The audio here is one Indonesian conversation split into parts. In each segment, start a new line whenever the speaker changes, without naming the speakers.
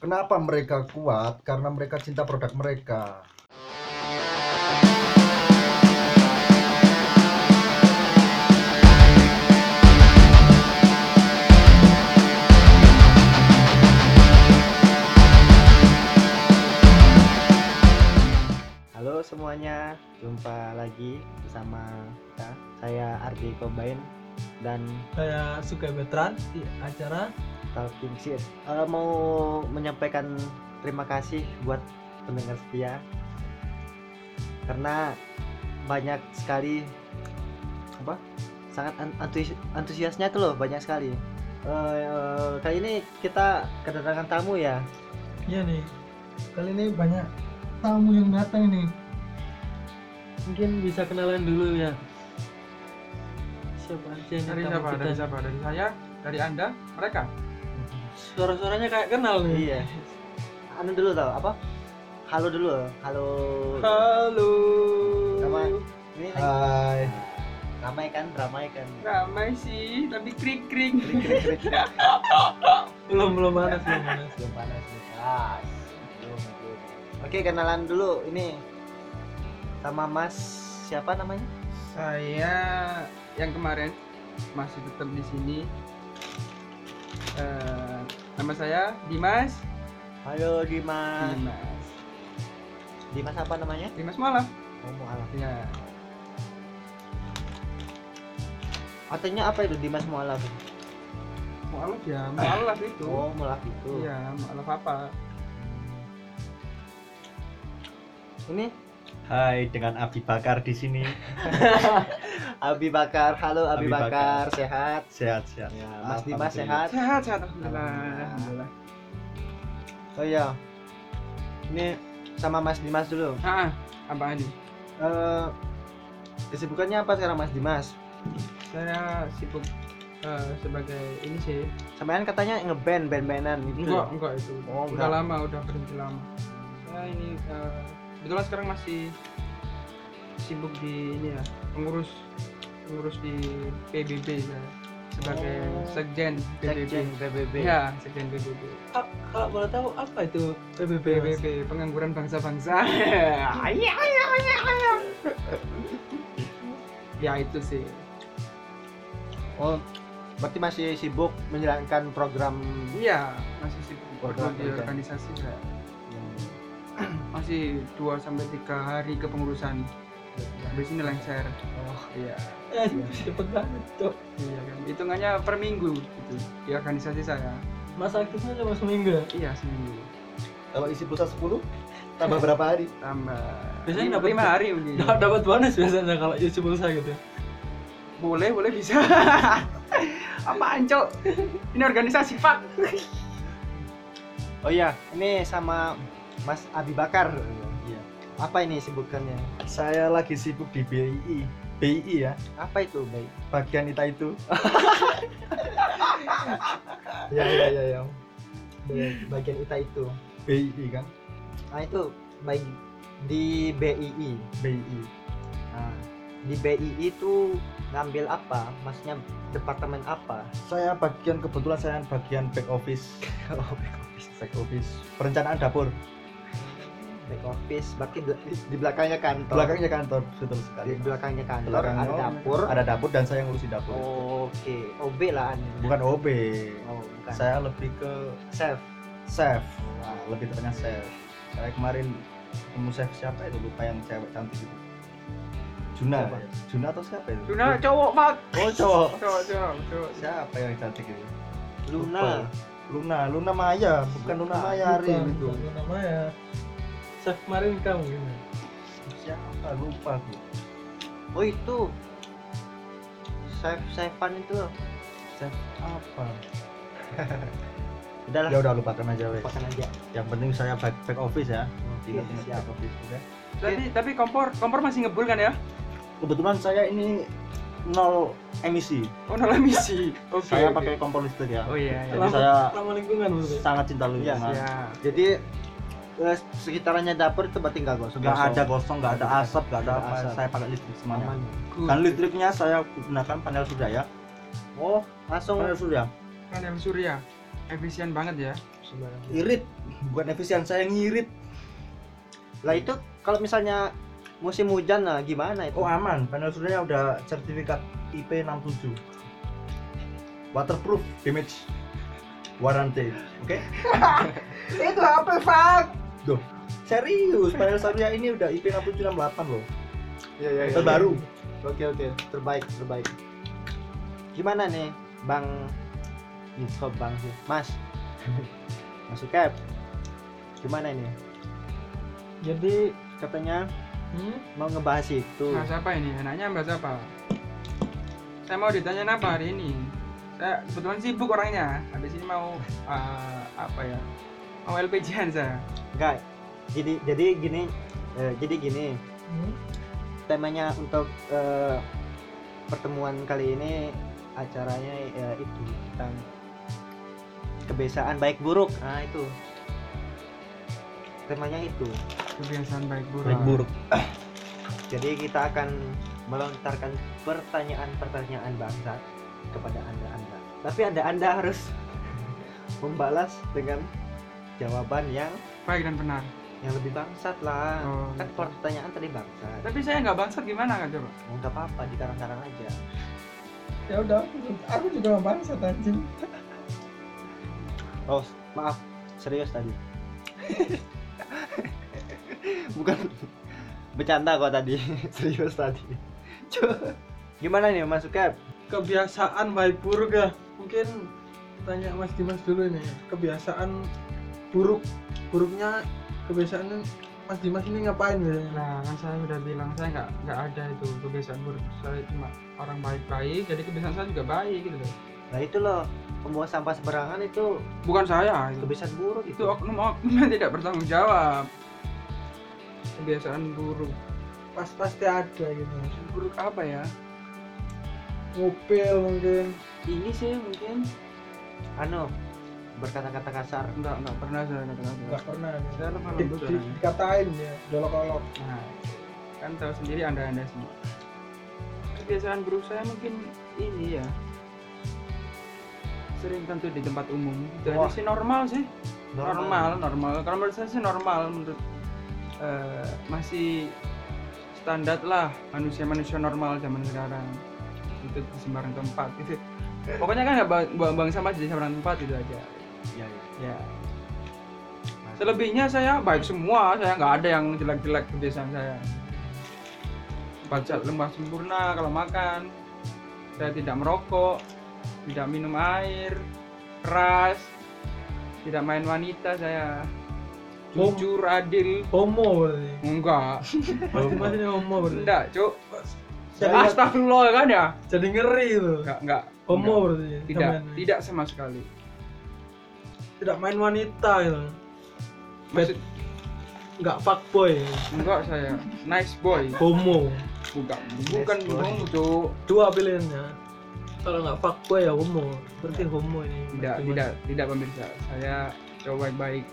Kenapa mereka kuat? Karena mereka cinta produk mereka.
Halo semuanya, jumpa lagi bersama kita. Saya Ardi Kobain dan
saya Sukai Betran
Iya.
di acara
Talking Shit. Eh, mau menyampaikan terima kasih buat pendengar setia karena banyak sekali apa sangat an- antusi- antusiasnya tuh loh banyak sekali. Eh, eh, kali ini kita kedatangan tamu ya.
iya nih kali ini banyak tamu yang datang nih
mungkin bisa kenalan dulu ya siapa aja ini
dari
tamu
siapa
kita?
dari siapa dari saya dari anda mereka
suara-suaranya kayak kenal nih
Iya. Anu dulu tau apa? Halo dulu, halo.
halo
Sama Ini lagi-
Hai.
ramai kan, ramai kan.
ramai sih tapi krik krik
Krik, krik, krik, krik.
belum belum panas belum panas
belum panas nih pas belum belum oke kenalan dulu ini sama mas siapa namanya
saya yang kemarin masih tetap di sini Eh, nama saya Dimas
halo
Ah.
Dimas
Dimas
Dimas apa namanya
Dimas malah
oh mualaf
ya
artinya apa itu Dimas mualaf
mualaf ya mualaf itu
oh mualaf itu
Iya, mualaf apa?
ini
Hai, dengan Abi Bakar di sini.
Abi Bakar halo Abi,
Abi
Bakar.
Bakar.
sehat
Sehat-sehat.
ya, Mas Dimas sehat
Sehat, sehat, alhamdulillah.
Ah.
alhamdulillah.
oh iya ini sama Mas Dimas dulu
Ah, apaan nih?
Eh kesibukannya apa sekarang Mas Dimas
saya sibuk eh, sebagai ini sih
Sampean katanya ngeband band-bandan gitu
enggak enggak itu
Oh,
udah
enggak.
lama udah berhenti lama saya ini eh, kebetulan sekarang masih sibuk di ini ya pengurus pengurus di PBB saya ya, sebagai
Oh.
sekjen PBB
Sekjen PBB
ya sekjen PBB
kalau boleh tahu apa itu PBB Mas?
PBB pengangguran bangsa-bangsa Iya, iya, iya, iya. ya itu sih
Oh, berarti masih sibuk menjalankan program
iya masih sibuk
Program
bergerak di
kerja.
organisasi saya masih 2 sampai tiga hari kepengurusan habis ini lengser
Oh.
iya
Eh, cepet banget Cok.
iya kan hitungannya per minggu gitu di organisasi saya
mas aktifnya cuma seminggu ya?
iya seminggu
Kalau isi pulsa 10 tambah berapa hari?
tambah
Biasanya
lima,
dapat
lima
cek.
hari mungkin
Dap- dapat bonus biasanya kalau isi pulsa gitu
boleh boleh bisa apaan cok ini organisasi pak
Oh iya, ini sama Mas Abi Bakar.
Iya.
Apa ini sibukannya?
Saya lagi sibuk di BII. BII ya,
Apa itu, baik?
bagian kita itu.
Iya,
Ya ya ya ya.
Bagian ITA itu.
BII kan?
Nah, itu baik di BII.
BII.
Nah, di BII itu ngambil apa? Maksudnya departemen apa?
Saya bagian kebetulan saya bagian back office.
Oh,
Back office. Perencanaan dapur.
back office, berarti bel- di belakangnya kantor.
Belakangnya kantor, betul
Di
sekali.
belakangnya kantor
Belakangnya
ada dapur.
Ada dapur dan saya ngurusi dapur.
Oh.
Oke, OB lah.
Bukan OB.
Oh, bukan.
Saya lebih ke
Self.
chef. Nah, lebih tepatnya chef. Saya kemarin ketemu chef siapa itu lupa yang cewek cantik itu. Juna,
Siapa?
ya? Juna atau siapa itu?
Juna cowok pak
Oh cowok. Iya.
cowok cowok cowok
Siapa yang cantik itu?
Luna.
Luna, Luna Maya, bukan Luna
ya.
Mayari
Bukan,
itu.
bukan namanya chef ya. kemarin kamu gitu
Siapa lupa aku.
Oh itu Saif Saifan itu
Chef apa?
udahlah
Ya udah lupakan aja weh.
lupakan aja.
Yang penting saya back, back office ya. Ingat
Oke,
ingat
Iya, siap.
back office juga.
tapi tapi kompor kompor masih ngebul kan ya
Kebetulan saya ini nol emisi.
oh nol emisi oke
saya
oke.
pakai kompor listrik ya.
oh iya iya
Jadi saya
ramah lingkungan maksudnya
sangat cinta ya, lingkungan.
Siap.
Jadi eh, sekitarannya dapur itu berarti nggak gosong.
Nggak ada gosong, nggak ada asap, nggak ada
Nggak
apa.
asap.
Saya pakai listrik semuanya.
Aman.
Good.
Dan listriknya saya gunakan panel surya ya.
Oh langsung
Panel surya.
panel surya Kan efisien banget ya
Sembarang.
Irit.
bukan efisien saya ngirit
Lah itu kalau misalnya musim hujan lah gimana itu?
oh aman panel surya udah sertifikat IP67 waterproof damage warranty oke
itu HP fuck
serius panel surya ini udah IP6768 loh
Iya, iya, iya.
terbaru
Oke oke, terbaik terbaik. Gimana nih, Bang? Ih, kok Bang sih? Mas, masuk cap. Gimana ini?
jadi
Katanya
hmm?
mau ngebahas itu.
bahas apa ini enaknya bahas apa saya mau ditanya apa hari ini saya kebetulan sibuk orangnya habis ini mau eh, apa ya mau LPG-an saya
Enggak. Jadi jadi gini, eh, jadi gini.
hmm,
Temanya untuk eh, pertemuan kali ini acaranya eh, itu tentang kebiasaan baik buruk. Nah, itu. Temanya itu.
kebiasaan baik buruk
baik buruk
Jadi kita akan melontarkan pertanyaan-pertanyaan bangsa kepada anda-anda. Tapi anda-anda harus membalas dengan jawaban yang
baik dan benar
yang lebih bangsat lah.
Hmm.
Oh,
Kan pertanyaan tadi bangsat.
tapi saya nggak bangsat gimana kan coba
Oh, nggak apa-apa, dikarang-karang aja.
ya udah aku juga bangsat anjing
Oh, maaf, serius tadi. Bukan bercanda kok tadi, serius tadi. Cuk. Gimana nih Mas Ukep?
kebiasaan baik buruk ya mungkin tanya Mas Dimas dulu nih kebiasaan buruk buruknya kebiasaan Mas Dimas ini ngapain biasanya
Nah, kan saya udah bilang saya nggak nggak ada itu kebiasaan buruk. Saya cuma orang baik-baik, jadi kebiasaan saya juga baik gitu loh.
Nah itu loh, pembuang sampah sembarangan itu
Bukan saya, itu,
kebiasaan buruk
itu oknum-oknum yang tidak bertanggung jawab. Kebiasaan buruk,
pas pasti ada gitu
buruk apa ya?
ngopel mungkin
Ini sih mungkin
anu berkata-kata kasar
nggak nggak pernah saya kata-kata.
nggak pernah ya.
Saya lemah
Di-
lembut
di-
orangnya.
dikatain ya dolok-dolok
Nah, kan tahu sendiri anda-anda semua. Kebiasaan buruk saya mungkin ini ya sering tentu di tempat umum. Itu aja
Wah.
sih normal sih. normal normal kalau menurut saya sih normal menurut eh, masih standar lah manusia manusia normal zaman sekarang itu di sembarang tempat gitu pokoknya kan nggak ba- buang buang sampah di sembarang tempat itu aja
Iya, iya.
ya selebihnya saya baik semua saya nggak ada yang jelek jelek kebiasaan saya baca lembah sempurna kalau makan saya tidak merokok tidak minum air keras tidak main wanita saya
Bom.
jujur adil
homo berarti
enggak
Mas Dimas ini homo berarti
enggak cuk
Jadi-
astagfirullah kan ya
jadi ngeri itu
enggak enggak
homo
enggak.
berarti
tidak
Sama-
tidak sama sekali
tidak main wanita gitu
maksud
nggak fuckboy ya.
enggak saya nice boy
homo
bukan bukan
boy.
bohong cuk
dua pilihannya kalau nggak fuckboy ya homo berarti homo ini
tidak
Mas Dimas.
tidak tidak pemirsa saya cowok baik baik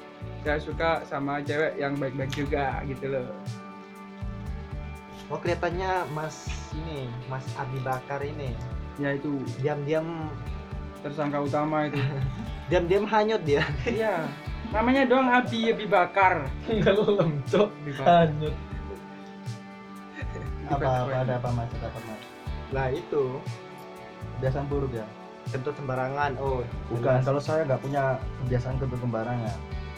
saya suka sama cewek yang baik baik juga gitu loh
oh kelihatannya mas ini mas Abi Bakar ini
yaitu
diam-diam
Ya, tersangka utama itu
diam-diam hanyut dia
iya namanya doang Abi Abi Bakar
Ngelem, cok.
Abi Bakar.
Hanyut.
apa apa ada apa mas ada apa mas
lah itu
kebiasaan buruk ya
kentut sembarangan oh
bukan kalau saya nggak punya kebiasaan kentut sembarangan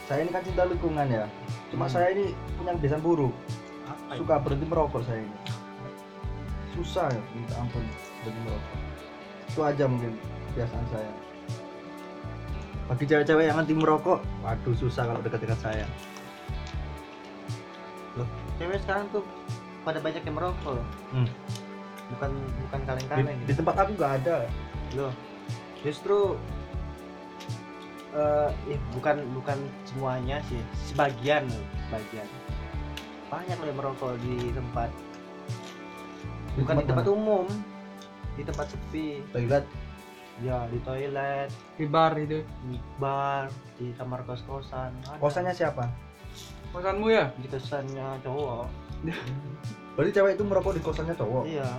saya ini kan cinta lingkungan ya cuma
Hmm.
saya ini punya kebiasaan buruk
apa itu?
suka berhenti merokok saya ini susah ya minta ampun berhenti merokok itu aja mungkin kebiasaan saya bagi cewek-cewek yang anti merokok waduh susah kalau dekat-dekat saya
cewek sekarang tuh pada banyak yang merokok loh.
Hmm.
bukan bukan
di,
kaleng-kaleng
di
gitu
tempat aku nggak ada
loh justru eh ya bukan bukan semuanya sih sebagian loh, sebagian banyak loh yang merokok di tempat bukan di tempat
mana?
umum di tempat sepi
toilet
ya di toilet
Di bar itu
di bar di kamar kos kosan
kosannya siapa
kosanmu ya
di kosannya cowok
berarti cewek itu merokok di kosannya cowok
iya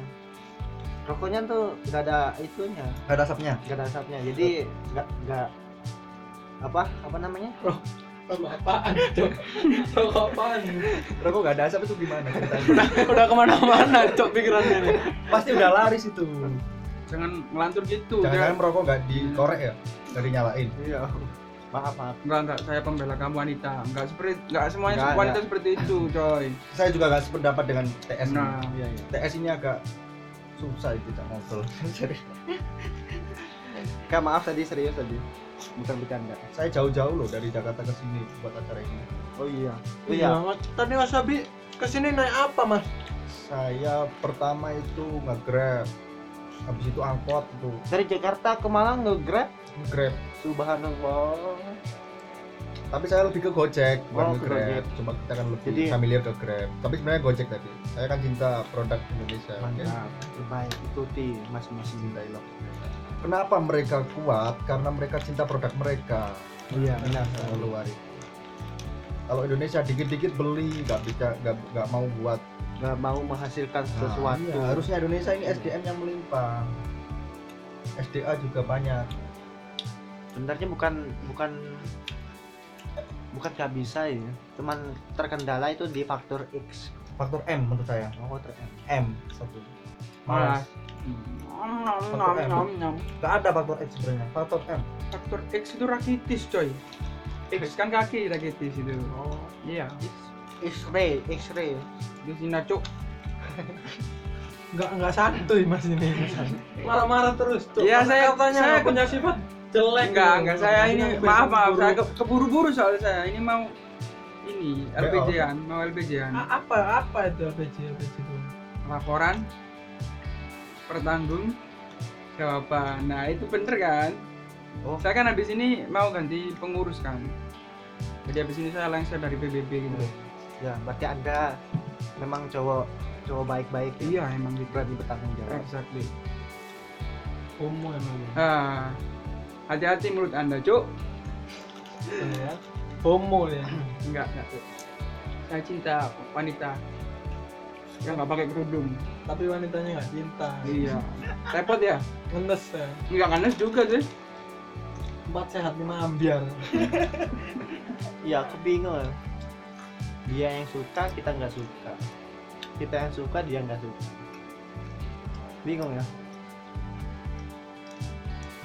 rokoknya tuh nggak ada itunya
nggak ada asapnya
nggak ada asapnya jadi nggak nggak apa apa namanya
Rokok apaan? Cok? Rokok apaan?
Rokok gak ada asap itu gimana ceritanya?
Udah kemana-mana, cok pikirannya nih.
Pasti udah laris itu.
jangan ngelantur gitu
Jangan-jangan
kan?
jangan
merokok gak dikorek ya? Dari nyalain.
iya maaf maaf
enggak enggak saya pembela kaum wanita enggak seperti enggak semuanya
Enggak,
wanita seperti itu coy
Saya juga gak sependapat dengan TS ini.
nah
iya iya
TS ini agak susah itu tak ngobrol.
kak maaf tadi serius tadi bukan bercanda
Saya jauh-jauh loh dari Jakarta ke sini buat acara ini.
oh iya oh
Iya.
iya
Tadi Mas Abi kesini naik apa, Mas?
Saya pertama itu nge-grab. Habis itu angkot itu
dari Jakarta ke Malang nge-grab
nge-grab.
subhanallah
Tapi saya lebih ke Gojek, bukan
Oh,
ke
ke
Grab.
Gojek.
Cuma kita kan lebih
Jadi-
familiar ke Grab. Tapi sebenarnya Gojek tadi. Saya kan cinta produk Indonesia. oke?
mantap lebay ikuti mas-mas cintai lo
Kenapa mereka kuat? Karena mereka cinta produk mereka.
iya benar
Kalau luar itu. Kalau Indonesia dikit-dikit beli, nggak bisa, nggak nggak mau buat
nggak mau menghasilkan
Nah,
sesuatu
iya, harusnya Indonesia ini SDM yang melimpah. SDA juga banyak.
sebenarnya bukan bukan bukan nggak bisa ya cuman terkendala itu di faktor X
Faktor M menurut saya.
oh terkendala
M satu.
malas
Malas.
Hmm. Nom, nom,
Faktor M.
nom, nom.
Nggak ada faktor X sebenarnya. Faktor M.
faktor X itu rakitis coy X kan kaki rakitis itu
oh
iya
X-ray X-ray
itu Cina cuk
Enggak enggak santuy Mas ini. Marah-marah terus, cok.
Iya,
Masa
saya-
katanya
saya-
nggak punya sifat jelek.
enggak
gitu.
enggak saya
Katanya
ini
kebiasaan
maaf maaf
buruk.
saya ke- keburu-buru soalnya saya ini mau ini
Layout.
LPJ-an mau LPJ-an
A- apa apa itu LPG LPG itu?
laporan pertanggung jawaban nah itu bener kan
Oh.
saya kan habis ini mau ganti pengurus kan jadi habis ini saya lengser dari PBB gitu
ya berarti anda memang cowok cowok baik-baik ya?
iya emang gitu
berani bertanggung jawab
exactly
Homo emang.
ah hati-hati mulut anda cuk
Ya. Homo ya.
enggak enggak Cuk. saya cinta wanita yang nggak pakai kerudung
Tapi wanitanya nggak cinta.
iya repot ya
Ngenes ya.
enggak kanes juga sih
Empat sehat lima ambiar.
iya aku bingung dia yang suka kita nggak suka kita yang suka dia nggak suka bingung ya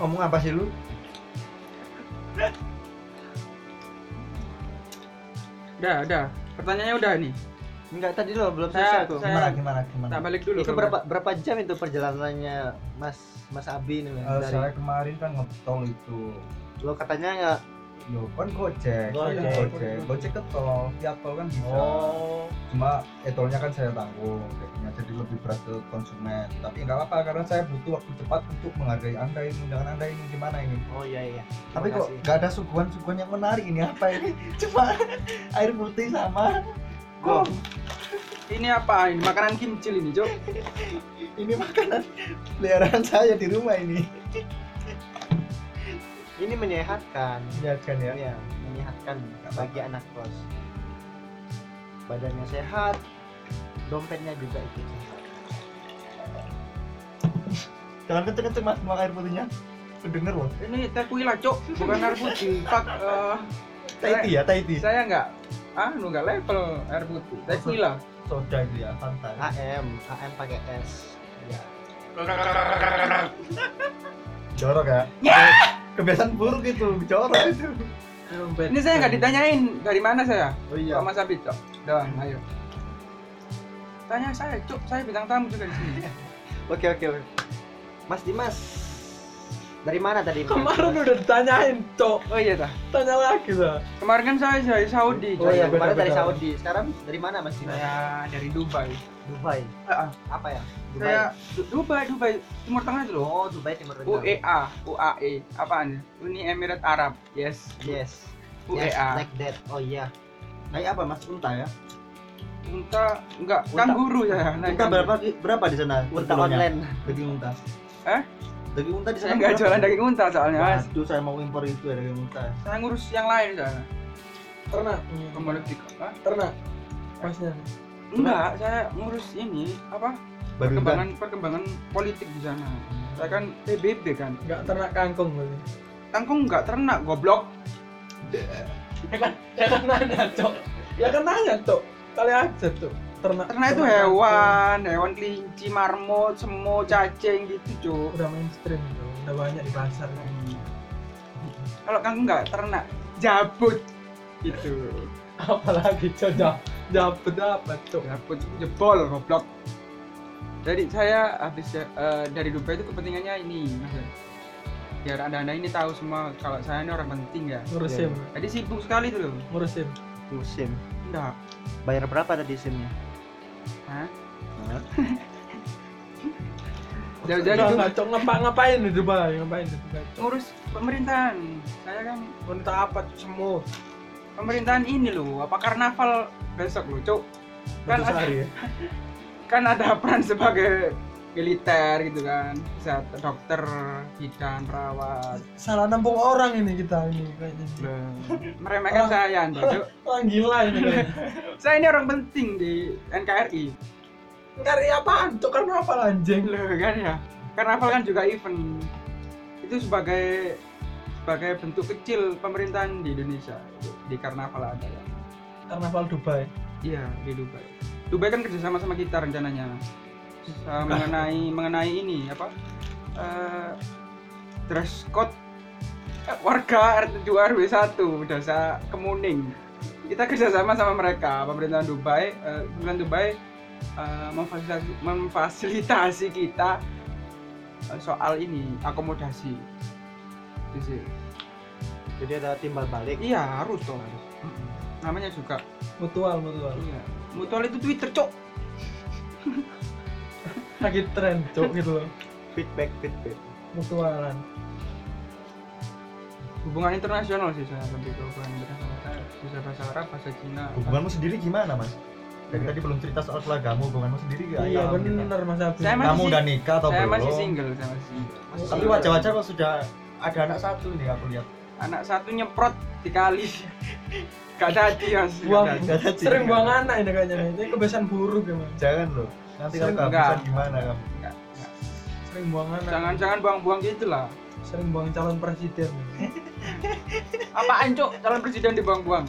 Ngomong apa sih lu?
udah udah pertanyaannya udah nih
Enggak tadi loh belum selesai
Saya-
tuh.
saya-
Gimana gimana gimana?
tak balik dulu
itu
kalau
berapa berapa jam itu perjalanannya Mas Mas Abi nih
Eh,
dari
saya kemarin kan ngetol itu.
lo katanya nggak
Loh, kan Gojek.
Gojek. Oh.
Saya Gojek. Gojek ke tol, tiap tol kan bisa. Cuma etolnya kan saya tanggung jadinya jadi lebih berat ke konsumen. Tapi nggak apa-apa karena saya butuh waktu cepat untuk menghargai Anda ini, undangan Anda ini gimana ini.
oh iya iya Terima
Tapi kok
kasih.
nggak ada suguhan-suguhan yang menarik ini apa ini? Cuma air putih sama
Oh. ini apa ini makanan kimchi ini cuk
ini makanan peliharaan saya di rumah ini.
ini menyehatkan
Menyehatkan ya.
ya menyehatkan bagi anak kos badannya sehat dompetnya juga ikut sehat
Jangan kenceng-kenceng mas, buang air putihnya. Kedenger loh.
ini tequila cuk bukan air putih pak eh,
Taiti ya, Taiti.
saya nggak anu nggak level air putih tequila
Soda itu ya, santai.
AM AM pakai S ya
Jorok ya. Kebiasaan buruk itu, jorok itu.
ini saya nggak ditanyain dari mana saya
Oh
Iya.
Pak Mas Abi cuk doang ayo tanya saya cuk saya bintang tamu juga di sini
oke oke oke Mas Dimas dari mana tadi Mas?
Kemarin udah ditanyain, cok.
oh iya dah
Tanya lagi lah.
kemarin kan saya dari Saudi
oh
cuk
iya
Beda,
kemarin dari
beda.
Saudi sekarang dari mana Mas Dimas
saya dari Dubai
Dubai
Ah, ah.
apa ya Dubai
saya Du- Dubai Dubai Timur Tengah itu loh E
oh Dubai Timur Tengah
UEA UAE apaan ya Uni Emirat Arab yes E
yes Yes,
UEA
like that. Oh iya.
Naik apa mas? Unta ya?
unta enggak kangguru saya Iya, naik
Unta
kangguru.
berapa berapa di sana? per
Unta
kilonya?
online.
Daging unta.
Eh?
Daging unta di sana.
saya nggak
berapa?
jualan daging unta soalnya mas
Waduh, saya mau impor itu ya daging unta.
saya ngurus yang lain saya
Ternak.
kembali di Hah?
Ternak. Masnya.
enggak saya ngurus ini apa
Baru unta.
perkembangan perkembangan politik di sana saya kan PBB kan
Enggak ternak kangkung berarti.
kangkung nggak ternak goblok
ya kan ya kan nanya cok ya kan nanya cok kali aja cok ternak
Ternak itu
ternak-
hewan, hewan kelinci, marmut, semut, cacing gitu, Cuk.
udah mainstream Cok. udah banyak di pasar kan
Kalau kamu nggak ternak, jabut gitu.
apalagi cok jap dapet dapet cok
Jabut jebol goblok. Jadi saya habis eh, dari Dubai itu kepentingannya ini, Mas. Biar anda-anda ini tahu semua kalau saya ini orang penting ya.
ngurusin
Jadi sibuk sekali tuh loh.
ngurusin
musim
Enggak.
bayar berapa tadi simnya
Hah?
Hah?
Jauh
jadi
Ya, jadi tuh
cok ngapa ngapain di Dubai ngapain di Dubai cok
ngurus pemerintahan. Saya kan
untuk apa cok semua
pemerintahan ini loh. Apa karnaval besok loh, Cuk? Kan
satu sehari ya
kan ada peran sebagai militer gitu kan bisa dokter bidan perawat
salah nampung orang ini kita ini kayaknya
Loh, meremehkan
Orang-
saya Anda, Cuk.
orang gila ini kayaknya
saya ini orang penting di NKRI
Cari apaan tuh karena apa anjing?
loh kan ya karnaval kan juga event itu sebagai sebagai bentuk kecil pemerintahan di Indonesia di karnaval ada ya
Karnaval Dubai.
iya di Dubai Dubai kan kerjasama sama kita rencananya Eh, mengenai mengenai ini apa eh dress code eh, warga RT 2 RW 1 desa Kemuning kita kerjasama sama mereka pemerintahan Dubai eh, pemerintahan Dubai eh, memfasilitasi, memfasilitasi kita eh, soal ini akomodasi Itu sih.
jadi ada timbal balik
iya harus dong Mm-mm. namanya juga
Mutual, mutual.
iya mutual itu Twitter cok
Lagi tren, cok gitu loh.
feedback feedback
Mutualan.
hubungan internasional sih saya lebih ke hubungan internasional saya bisa bahasa Arab bahasa Cina
Hubunganmu sendiri gimana mas? Dari
Iya.
tadi belum cerita soal keluargamu, hubunganmu sendiri
Ya,
gak?
iya,
Ayam, gitu.
bener Mas Abi.
Saya emang-
Kamu
masih-
udah nikah atau
saya
belum?
masih single saya masih single.
Masih
Tapi
single.
wajah-wajah kok sudah ada anak satu nih aku lihat.
anak satu nyemprot dikali gak jadi mas Gak
Buang.
jadi.
Gak ada ciri.
sering buang anak ini kayaknya. nih. Ini kebiasaan buruk ya, Mas.
Jangan loh. Nanti kamu
Sering
kehabisan
enggak.
gimana kamu?
Nggak, nggak.
Sering buang anak.
jangan jangan buang buang gitu lah
Sering buang calon presiden.
apaan cok calon presiden dibuang buang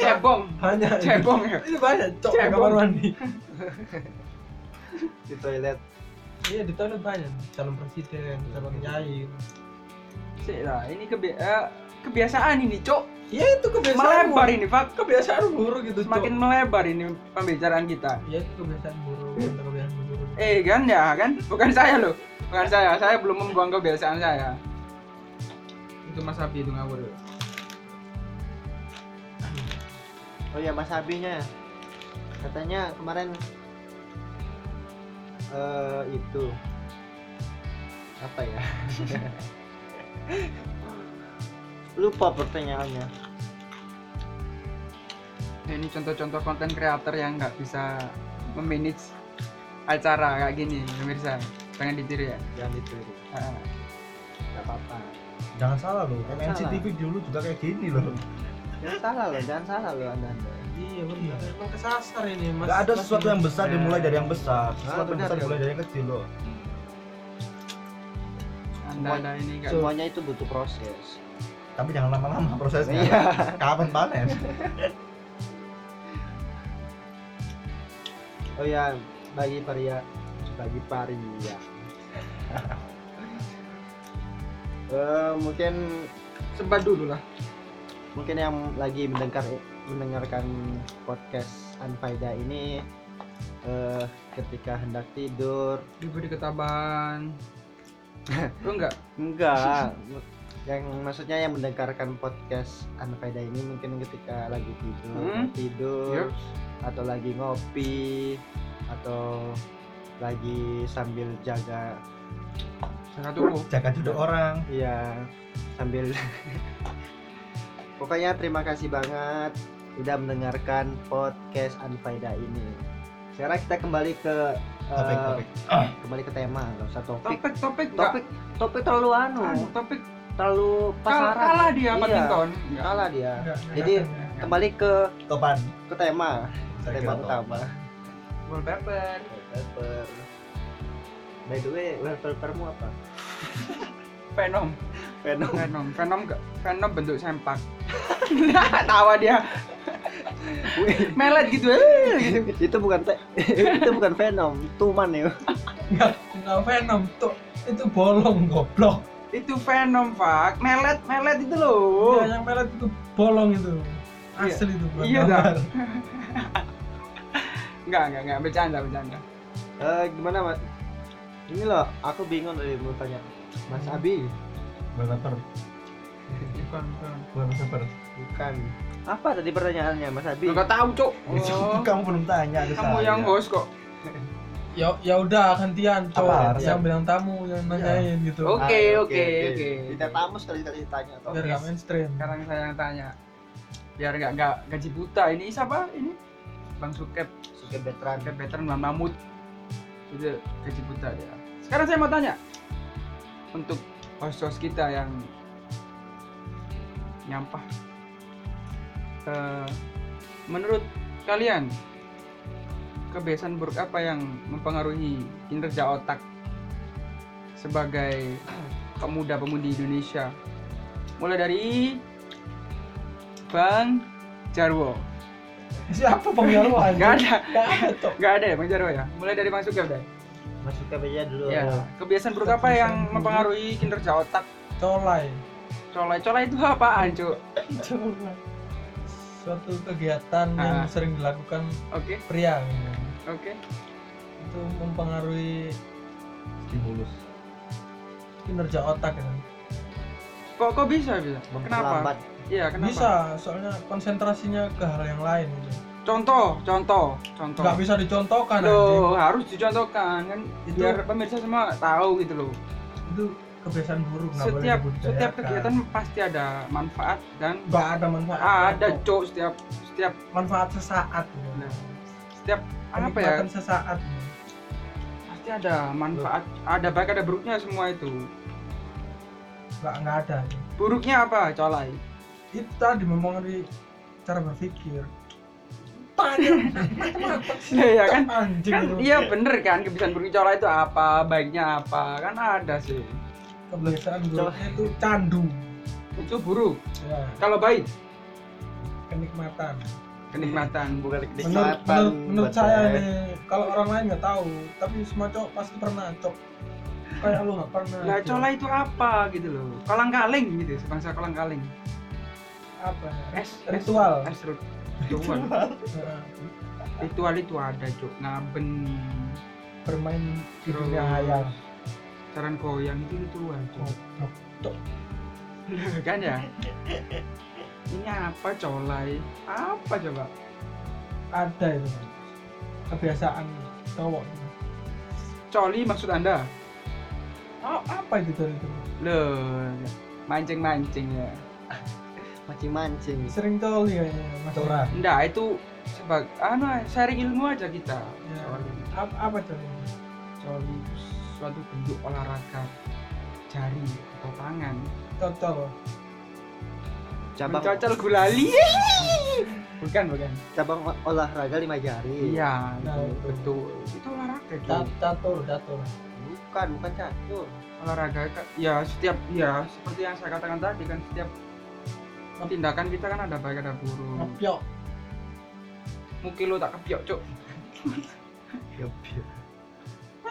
cebong
Hanya itu.
cebong ya
Itu banyak, cok, di
Cebong.
kamar mandi.
di toilet
Iya, di toilet banyak. Calon presiden, calon nyai.
sih lah ini kebe- eh, kebiasaan ini cok
Iya, itu kebiasaan.
melebar
buruk.
ini pak
Kebiasaan buruk gitu, cok.
semakin melebar ini pembicaraan kita
Iya, itu kebiasaan buruk. Itu kebiasaan buruk.
eh kan ya kan bukan saya loh bukan saya saya belum membuang kebiasaan saya itu mas Abi itu ngawur
oh ya mas abinya katanya kemarin eh itu apa ya lupa pertanyaannya
Nah, ini contoh-contoh konten creator yang nggak bisa memanage acara kayak gini pemirsa pengen ditiru ya
jangan ditiru
Ah,
nggak apa-apa
Jangan salah loh.
Jangan
MNC
salah.
TV dulu juga kayak gini loh.
jangan salah loh jangan salah loh anda anda
Iya, bener. Emang kesasar ini, Mas.
Gak ada
Mas
sesuatu
ini.
yang besar
Nah.
dimulai dari yang besar.
Ah,
Sesuatu yang
benar,
besar
ya.
dimulai dari yang kecil loh.
anda ada ini nggak
semuanya itu butuh proses
Tapi jangan lama-lama prosesnya.
Iya.
Kapan panen?
oh ya bagi paria bagi paria Eh, mungkin
sebat dulu lah
mungkin yang lagi mendengar mendengarkan podcast Anfaida ini eh, ketika hendak tidur
diberi ketabahan lu nggak
enggak yang maksudnya yang mendengarkan podcast Anfaida ini mungkin ketika lagi tidur
Hmm?
tidur
Yup.
atau lagi ngopi atau lagi sambil jaga
sangat tunggu
Jaga duduk orang.
Iya, sambil Pokoknya terima kasih banget udah mendengarkan podcast Anfaida ini. Sekarang kita kembali ke eh,
Topik-topik.
kembali ke tema, nggak usah topik.
topik topik nggak
Topik topik terlalu anu,
Aduh, topik
terlalu
kal-
pasaran.
kalah dia
Iya,
badminton Nggak.
Kalah dia.
Enggak, enggak
Jadi
akan, enggak akan.
kembali ke
Topan.
ke tema, ke
Saya
tema
kira
utama.
wallpaper
Wallpaper. By the way, wallpapermu apa?
venom
Venom.
Venom, Venom, nggak- Venom bentuk sempak. Tawa dia. Melet gitu. eh, gitu.
itu bukan te- itu bukan Venom, tuman ya.
Enggak, enggak Venom tuh itu bolong goblok.
Itu Venom, Pak. Melet, melet itu loh.
Iya, yang pelet itu bolong itu.
Oh. Iya.
Asli itu bukan
Iya,
gambar.
Enggak, enggak, enggak bercanda, bercanda.
Eh, gimana mas?
ini loh aku bingung dari mau tanya Mas Abi
Berapa?
Bukan, bukan.
Berapa?
bukan
Apa tadi pertanyaannya Mas Abi?
Enggak tahu, Cuk. Oh,
Kamu belum tanya ke
kamu
saya.
iya.
yang host kok.
Ya ya udah gantian,
Apa,
cowok
harus
yang bilang tamu yang
Iya.
nanyain gitu.
Oke,
Ah,
oke, oke.
kita tamu sekali kali tanya toh
Biar gak mainstream.
Sekarang saya yang tanya. Biar enggak enggak gaji buta. Ini siapa? Ini Bang Sukep.
suka veteran
Sukep veteran Bang Mamut. Itu gaji buta dia. Sekarang saya mau tanya untuk host-host kita yang nyampah. Eh, menurut kalian kebiasaan buruk apa yang mempengaruhi kinerja otak sebagai pemuda pemudi Indonesia? Mulai dari Bang Jarwo.
Siapa pengaruh
Gak
aja?
ada,
Gak ada, Cok.
gak ada ya Bang Jarwo ya. Mulai dari Bang Sugeng deh.
Mas suka aja dulu
Ya. Kebiasaan buruk apa yang mempengaruhi kinerja otak?
Colai.
Colai, colai itu apaan, Cuk?
Colai. Suatu kegiatan yang
Ah.
sering dilakukan
Oke,
pria gitu.
oke.
itu mempengaruhi
Stimulus.
kinerja otak ya.
Kok kok bisa bisa? Kenapa?
memperlambat
Iya, kenapa?
Bisa, soalnya konsentrasinya ke hal yang lain gitu.
Contoh, contoh, contoh.
Nggak bisa dicontohkan anjing.
Oh. Loh, harus dicontohkan kan
Itu-
biar pemirsa semua tahu gitu loh.
Itu kebiasaan buruk nggak boleh ya, kan?
setiap setiap
dibudayakan.
kegiatan pasti ada manfaat dan
nggak ada manfaat.
ada
Cok.
cok setiap setiap
manfaat sesaat. Gitu.
Nah, setiap apa ya
Kenikmatan sesaat. gitu.
pasti ada manfaat ada baik ada buruknya semua itu
Nggak nggak ada.
buruknya apa colai
Itu tadi mempengaruhi cara berpikir. Tanya matematik sih,
Iya, kan?
Cok, anjing
kan
itu.
iya bener kan kebiasaan buruk colai itu apa baiknya apa kan ada sih
Kebiasaan buruknya itu candu.
itu buruk
Ya,
kalau baik
kenikmatan.
kenikmatan
bukan
menurut,
kenikmatan
menurut, menurut
buat
saya
saya.
nih kalau orang lain nggak tahu tapi semua cowok pasti pernah cok kayak lu nggak pernah
nah
gitu.
colai itu apa gitu loh kolang kaling gitu sebangsa kolang kaling
apa ya?
es
Ritual.
es, es rit- ritual
Nah,
ritual itu ada cok ngaben
bermain di
Terus.
dunia hayal
saran goyang itu ritual cok
Goblok.
kan ya ini apa colai apa coba
ada itu kebiasaan cowok
coli maksud anda
A- Oh, apa itu dari itu
loh mancing mancing ya
mancing mancing
sering coli kayaknya mas
Curah.
enggak itu sebab anu sharing ilmu aja kita
Ya.
coli
Ap- apa coli
coli itu suatu bentuk olahraga jari atau tangan
cocol
cabang
mencocol gulali Iya. bukan bukan
cabang o- olahraga lima jari
iya
Nah,
itu,
itu.
betul itu olahraga gitu. itu
Ca- catur catur
bukan bukan catur
olahraga ka- ya setiap ya seperti yang saya katakan tadi kan setiap tindakan kita kan ada baik ada buruk
ngepiok
mungkin lo tak kepiok cuk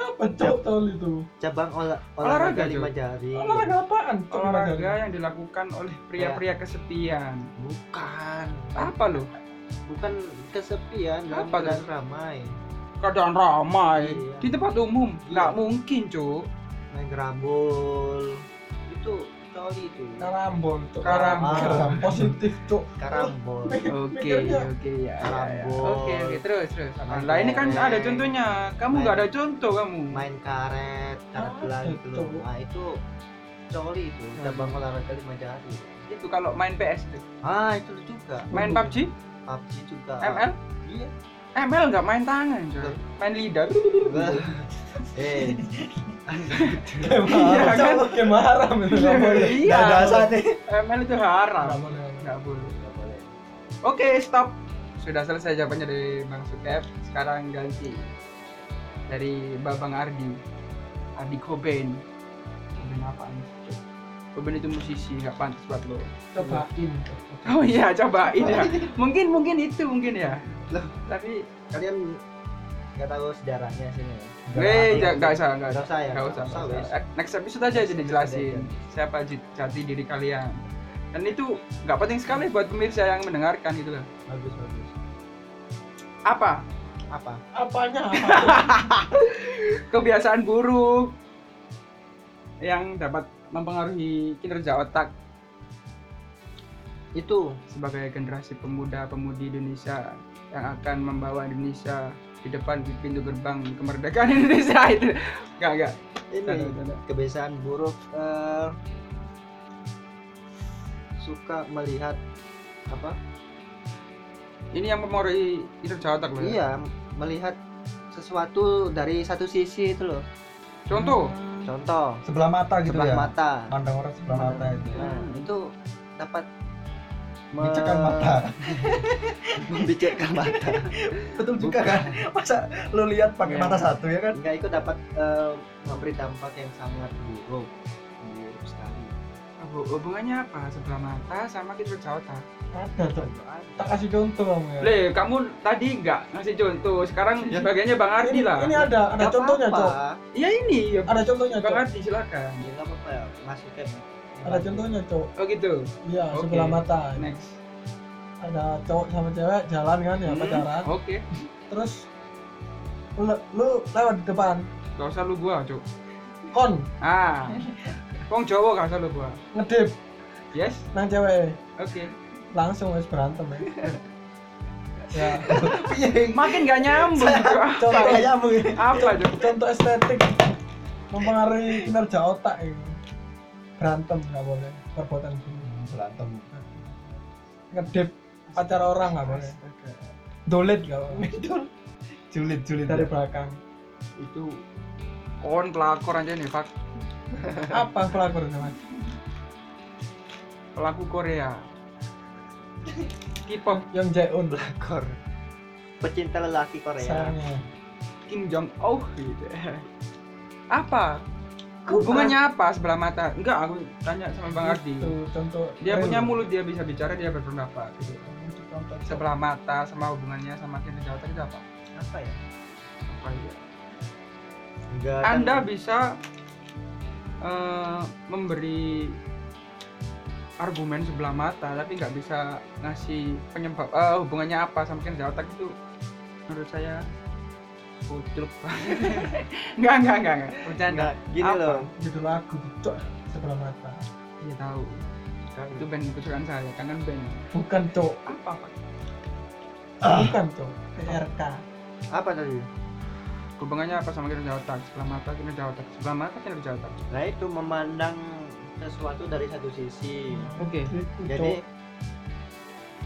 apa cok coli itu
cabang olah
Olahraga,
olahraga lima
Cuk.
jari
olahraga apaan Cok,
olahraga yang dilakukan oleh pria-pria kesepian
bukan
apa lo
bukan kesepian dalam
Apa tuh?
keadaan ramai
keadaan ramai
Iya.
di tempat umum nggak
Iya.
mungkin cuk
main gerambol itu coli itu
Oh. karambol cok
Karambol.
positif cok
karambol
Oke,
Mikirnya
oke ya. ya, ya.
karambol.
Iya, Oke, oke terus terus.
Main
Lah ini kan
korek.
ada contohnya. Kamu nggak ada contoh kamu.
main karet karet
Ah,
gelang gitu loh
betul.
nah itu coli itu
Coli.
cabang olahraga lima jari
Itu kalau main PS itu.
ah itu juga
Main PUBG,
PUBG juga
ML,
iya
ML nggak main tangan, coy.
Betul.
Main lidah.
eh
kayak marah
kan?
Cok. kayak marah itu nggak boleh
Iya.
nih
ML itu
Nggak
haram.
boleh.
Nggak boleh. Oke, stop. Sudah selesai jawabannya dari Bang Sukep. Sekarang ganti dari Babang Ardi. Ardi Cobain. Cobain apaan? Ruben itu musisi nggak pantas buat lo
cobain
oh iya cobain ya mungkin mungkin itu mungkin ya
Lah.
tapi
kalian nggak tahu sejarahnya sini ya?
Weh,
iya.
nggak usah, nggak
Nggak
usah,
usah ya?
nggak usah.
Nggak
nggak
usah,
usah. Next episode aja jadi jelasin siapa ji- jati diri kalian. Dan itu nggak penting sekali buat pemirsa yang mendengarkan gitu loh.
bagus bagus
Apa?
apa
apanya
Kebiasaan buruk yang dapat mempengaruhi kinerja otak
itu
sebagai generasi pemuda-pemudi Indonesia yang akan membawa Indonesia di depan di pintu gerbang kemerdekaan Indonesia itu nggak nggak
ini
Tanda, tanda.
kebiasaan buruk eh, suka melihat apa
ini yang mempengaruhi kinerja otak loh ya.
iya melihat sesuatu dari satu sisi itu loh
contoh
contoh
sebelah mata gitu
sebelah
ya
mata
pandang orang sebelah mata itu
Nah, itu dapat me-
Bicekan mata
membicekkan mata
betul juga kan masa lo lihat pakai
Iya.
mata satu ya kan
enggak itu dapat eh, memberi dampak yang sangat buruk buruk sekali
Hmm.
Apa- hubungannya apa sebelah mata sama kinerja otak
ada tuh tak kasih contoh kamu ya
Leh, kamu tadi nggak ngasih contoh. Sekarang bagiannya Bang Ardi
Iya. ini,
lah.
ini ada ada
Nggak
contohnya
apa-apa.
cok
Iya ini. ya.
ada contohnya
Bang
cok
Ardi silakan.
Ya, nggak apa-apa ya, masukin
ada contohnya cok
Oh gitu.
iya
Oke.
sebelah mata
Next.
ada cowok sama cewek jalan kan ya
Hmm,
pacaran
Oke.
terus lu, lu lewat di depan
Gak usah lu gua, Cuk.
kon
Ah. Wong Jawa gak usah lu gua.
ngedip
Yes.
nang cewek
Oke.
langsung harus berantem ya ya
Makin gak nyambung. Cuk.
contoh
Nggak nyambung ini.
Apa, Cuk?
contoh estetik mempengaruhi kinerja otak ini berantem nggak boleh perbuatan gini
berantem
ngedip pacar orang nggak boleh dolet nggak boleh
julid julid
dari belakang
Itu kon pelakor aja nih, Pak.
apa pelakunya mas
Pelaku Korea. K-pop
yang jaeun
pelakor pecinta lelaki Korea
sayangnya
Kim Jong Oh gitu. Apa? Hubungannya apa sebelah mata? Enggak, aku tanya sama Bang Ardi.
itu contoh
dia
real.
punya mulut dia bisa bicara dia berpendapat gitu.
Itu contoh.
sebelah mata sama hubungannya sama kinerja otak itu apa?
apa ya
Apa ya?
Enggak, kan-
Anda bisa eh, memberi argumen sebelah mata tapi nggak bisa ngasih penyebab eh, hubungannya apa sama kinerja otak itu menurut saya kucuk nggak nggak nggak nggak bercanda
Enggak, gini
Apa?
loh
judul lagu cok sebelah mata
dia tahu itu band kesukaan saya kangen band
bukan cok
apa pak
bukan cok PRK
apa tadi
hubungannya apa sama kinerja otak sebelah mata kinerja otak sebelah mata kinerja otak
nah itu memandang sesuatu dari satu sisi
oke
Itu, Cok.
jadi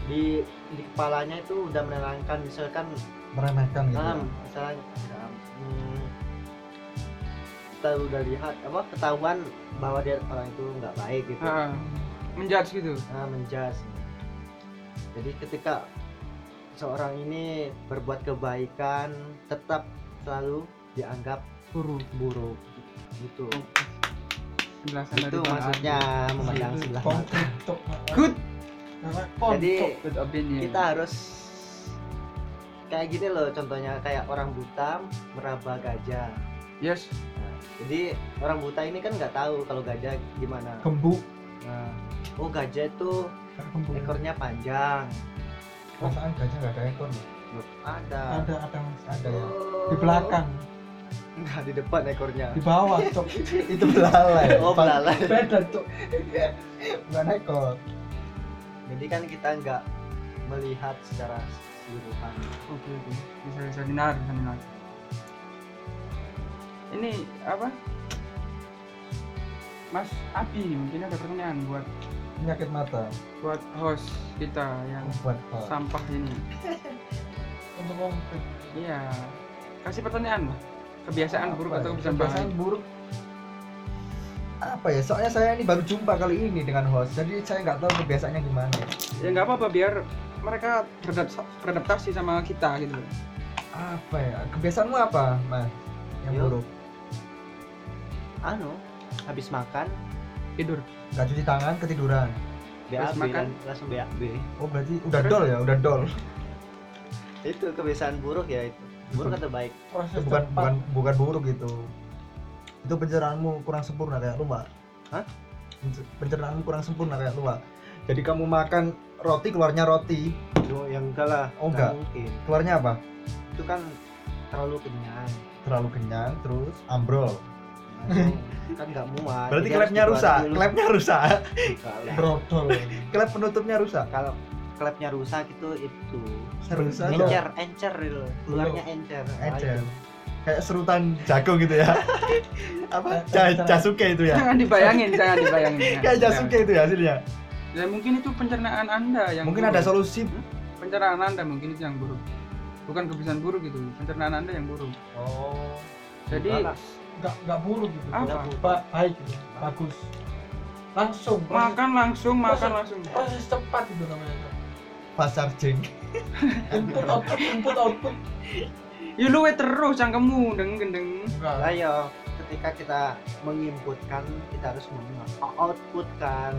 di di kepalanya itu udah menerangkan misalkan
meremehkan gitu
Nah, misalnya hmm, kita udah lihat apa ketahuan bahwa dia orang itu nggak baik gitu
Ah, menjudge gitu
nah, menjas jadi ketika seorang ini berbuat kebaikan tetap selalu dianggap
buruk
buruk gitu
penjelasan dari
itu
Bang
maksudnya
Ardi.
memandang sebelah mata
konkret cok
good
Namanya
jadi
konkret
good opinion
kita harus kayak gini loh contohnya kayak orang buta meraba gajah
yes
Nah, jadi orang buta ini kan nggak tahu kalau gajah gimana.
gembuk
Nah, oh gajah itu
gembuk
ekornya panjang.
perasaan gajah nggak ada ekor ya?
Ada.
ada ada mas
ada ya
Oh.
di belakang
Nggak di depan ekornya.
di bawah cok
itu belalai
Oh belalai.
beda cok
bukan ekor
Jadi kan kita nggak melihat secara keseluruhan.
oke oke bisa bisa benar bisa benar ini apa Mas Abi nih, mungkin ada pertanyaan buat
penyakit mata
buat host kita yang
buat apa?
sampah ini
untuk konkret
iya kasih pertanyaan lah kebiasaan
Apa
buruk
ya?
atau kebiasaan
kebiasaan
baik
buruk
apa ya soalnya saya ini baru jumpa kali ini dengan host jadi saya nggak tahu kebiasaannya gimana
ya nggak apa-apa biar mereka beradap- beradaptasi sama kita gitu loh.
apa ya kebiasaanmu apa mas yang
Yuk.
buruk
Anu, habis makan
tidur
nggak cuci tangan ketiduran
BAB
makan.
lan- langsung BAB
oh berarti udah dol ya udah dol
itu kebiasaan buruk ya itu buruk atau baik
itu
proses
bukan
cepat.
bukan bukan buruk gitu itu pencernaanmu kurang sempurna kayak lu Pak.
Hah?
Pencer- pencernaanmu kurang sempurna kayak lu Pak. jadi kamu makan roti keluarnya roti
Yo, yang enggak lah
Oh, enggak.
nggak mungkin
keluarnya apa
itu kan terlalu kenyang
terlalu kenyang terus ambrol
kan nggak muat
berarti
Jadi harus
klepnya rusak
dibuatin dulu.
klepnya rusak
Enggak lah.
brodol klep penutupnya rusak
kalau klepnya rusak itu itu
rusak
Belum.
encer encer itu luarnya encer
encer kayak serutan jagung gitu ya apa Ja- jasuke itu ya
jangan dibayangin jangan dibayangin ya.
kayak jasuke itu ya hasilnya
ya mungkin itu pencernaan anda yang
mungkin
buruk.
ada solusi
pencernaan anda mungkin itu yang buruk bukan kebiasaan buruk gitu pencernaan anda yang buruk
oh
jadi
Enggak lah.
nggak nggak buruk gitu
Apa?
Nggak buruk. Ba- baik gitu bagus langsung proses,
makan langsung makan langsung
proses cepat itu namanya Kak.
fast charging
input output input output
ya luwe terus cangkemmu deng gendeng
enggak
Nah, yo, ketika kita menginputkan kita harus mengoutputkan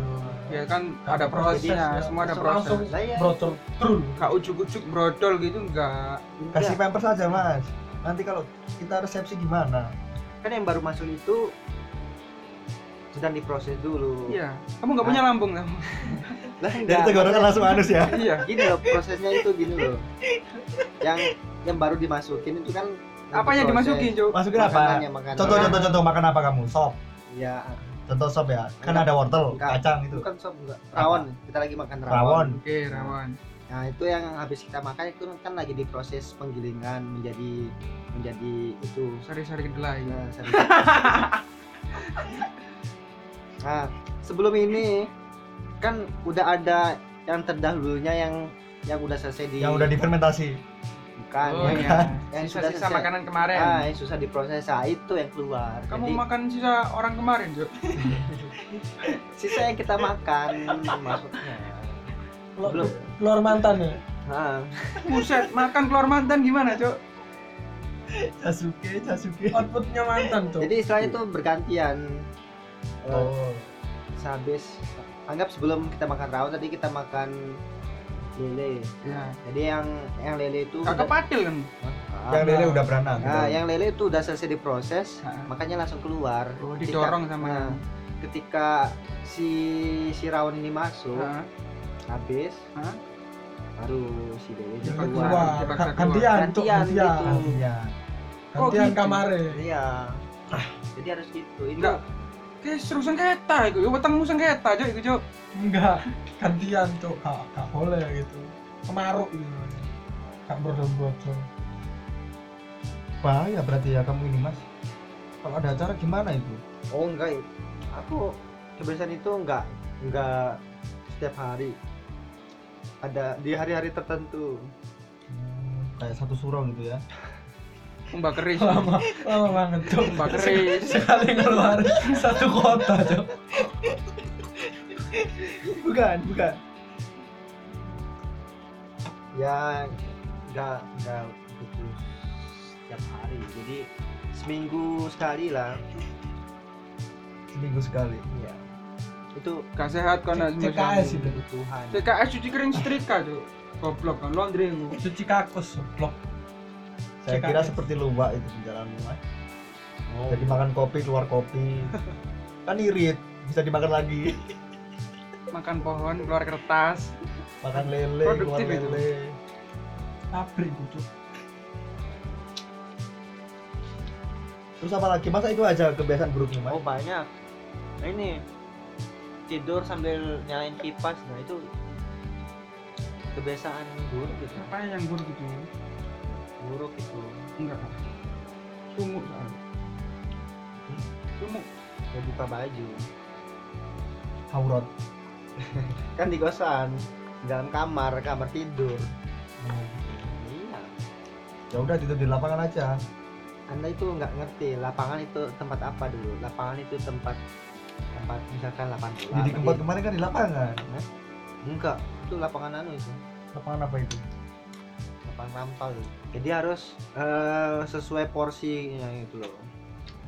Iya.
ya kan ada prosesnya
ya.
Jadi,
semua ada
ya. langsung
proses iya.
saya
brocor trul
gak ujuk-ujuk brodol gitu enggak
kasih pampers aja mas nanti kalau kita resepsi gimana
kan yang baru masuk itu sedang diproses dulu
iya kamu nggak punya
Nah.
lambung kamu
Lah,
dari
enggak,
tenggorokan
maksudnya
langsung anus ya
iya
gini loh prosesnya itu gini loh yang yang baru dimasukin itu kan
apa yang dimasukin Jo?
masukin apa
makanannya makanan
contoh contoh contoh makan apa kamu sop
ya
contoh sop ya kan ada wortel
Enggak.
kacang
itu
itu
kan sop enggak rawon kita lagi makan rawon.
Gitu. rawon
oke rawan
nah itu yang habis kita makan itu kan lagi diproses penggilingan menjadi menjadi itu
sari-sari kedelai
Nah, sorry. Nah, sebelum ini kan udah ada yang terdahulunya yang yang udah selesai di
yang udah difermentasi
bukan,
oh
yang,
iya
yang sudah
sisa-sisa
selesai.
makanan kemarin
Ah, yang susah diproses ah, itu yang keluar.
kamu
Jadi,
makan sisa orang kemarin Jo
sisa yang kita makan maksudnya.
Lo-
Belum.
keluar mantan ya
Ah,
Buset, makan keluar mantan gimana, Cok?
Jasuke Jasuke
outputnya mantan tuh
jadi istilahnya itu bergantian. Eh,
oh
sehabis anggap sebelum kita makan rawon tadi kita makan lele.
Ya.
Jadi yang yang lele itu
Kakak patil kan.
Ah,
yang lele udah beranak gitu.
Nah, yang lele itu udah selesai diproses,
Ah.
makanya langsung keluar.
Oh,
Ketika-
didorong sama
nah, ketika si si rawon ini masuk,
Heeh.
habis,
Ah.
baru si lele itu
Dipaksa
keluar.
keluar
Dipaksa keluar.
gantian tuh
Gantian
gantian
gitu.
iya
Kok
gantian
gitu?
kamarnya
Iya. Jadi harus gitu. Itu
Enggak. Kayak seru sengketa itu. Yo wetengmu sengketa, Cok, itu, Cok.
enggak gantian tuh gak, gak boleh gitu kemaruk gitu namanya. gak brodol brocor
bahaya berarti ya kamu ini mas kalau ada acara gimana itu
Oh, enggak. Aku kebiasaan itu enggak enggak setiap hari. Ada di hari-hari tertentu.
Hmm, kayak satu surau gitu ya
Mbak keris.
lama lama banget tuh
Mbak keris.
sekali keluar satu kota tuh
bukan bukan
ya nggak nggak begitu setiap hari jadi seminggu sekali lah
seminggu sekali
ya itu
Gak sehat kan
C- CKS itu
kebutuhan
CKS cuci kering setrika, Cok. Goblok kan laundry aku.
cuci kakus blok
saya
Cekak.
kira seperti luwak itu penjelasanmu mas
Oh,
jadi makan kopi keluar kopi kan irit bisa dimakan lagi
Makan pohon, keluar kertas.
makan lele
Produktif
keluar
itu.
lele
pabrik gitu
terus apa lagi masa itu aja kebiasaan buruknya mas
oh banyak nah, ini tidur sambil nyalain kipas nah itu kebiasaan buruk gitu
Apa yang buruk gitu?
buruk itu
Enggak. Sumuk soalnya. Sumuk.
ya buka baju
aurat
kan di kosan dalam kamar kamar tidur
Hmm.
iya
ya udah tidur di lapangan aja
Anda itu nggak ngerti lapangan itu tempat apa dulu. Lapangan itu tempat tempat misalkan lapangan bola.
jadi
berarti-
kempot kemarin kan di lapangan
Enggak, itu lapangan anu itu,
lapangan apa itu
lapangan rampal. itu. Jadi harus eh, sesuai porsinya itu loh.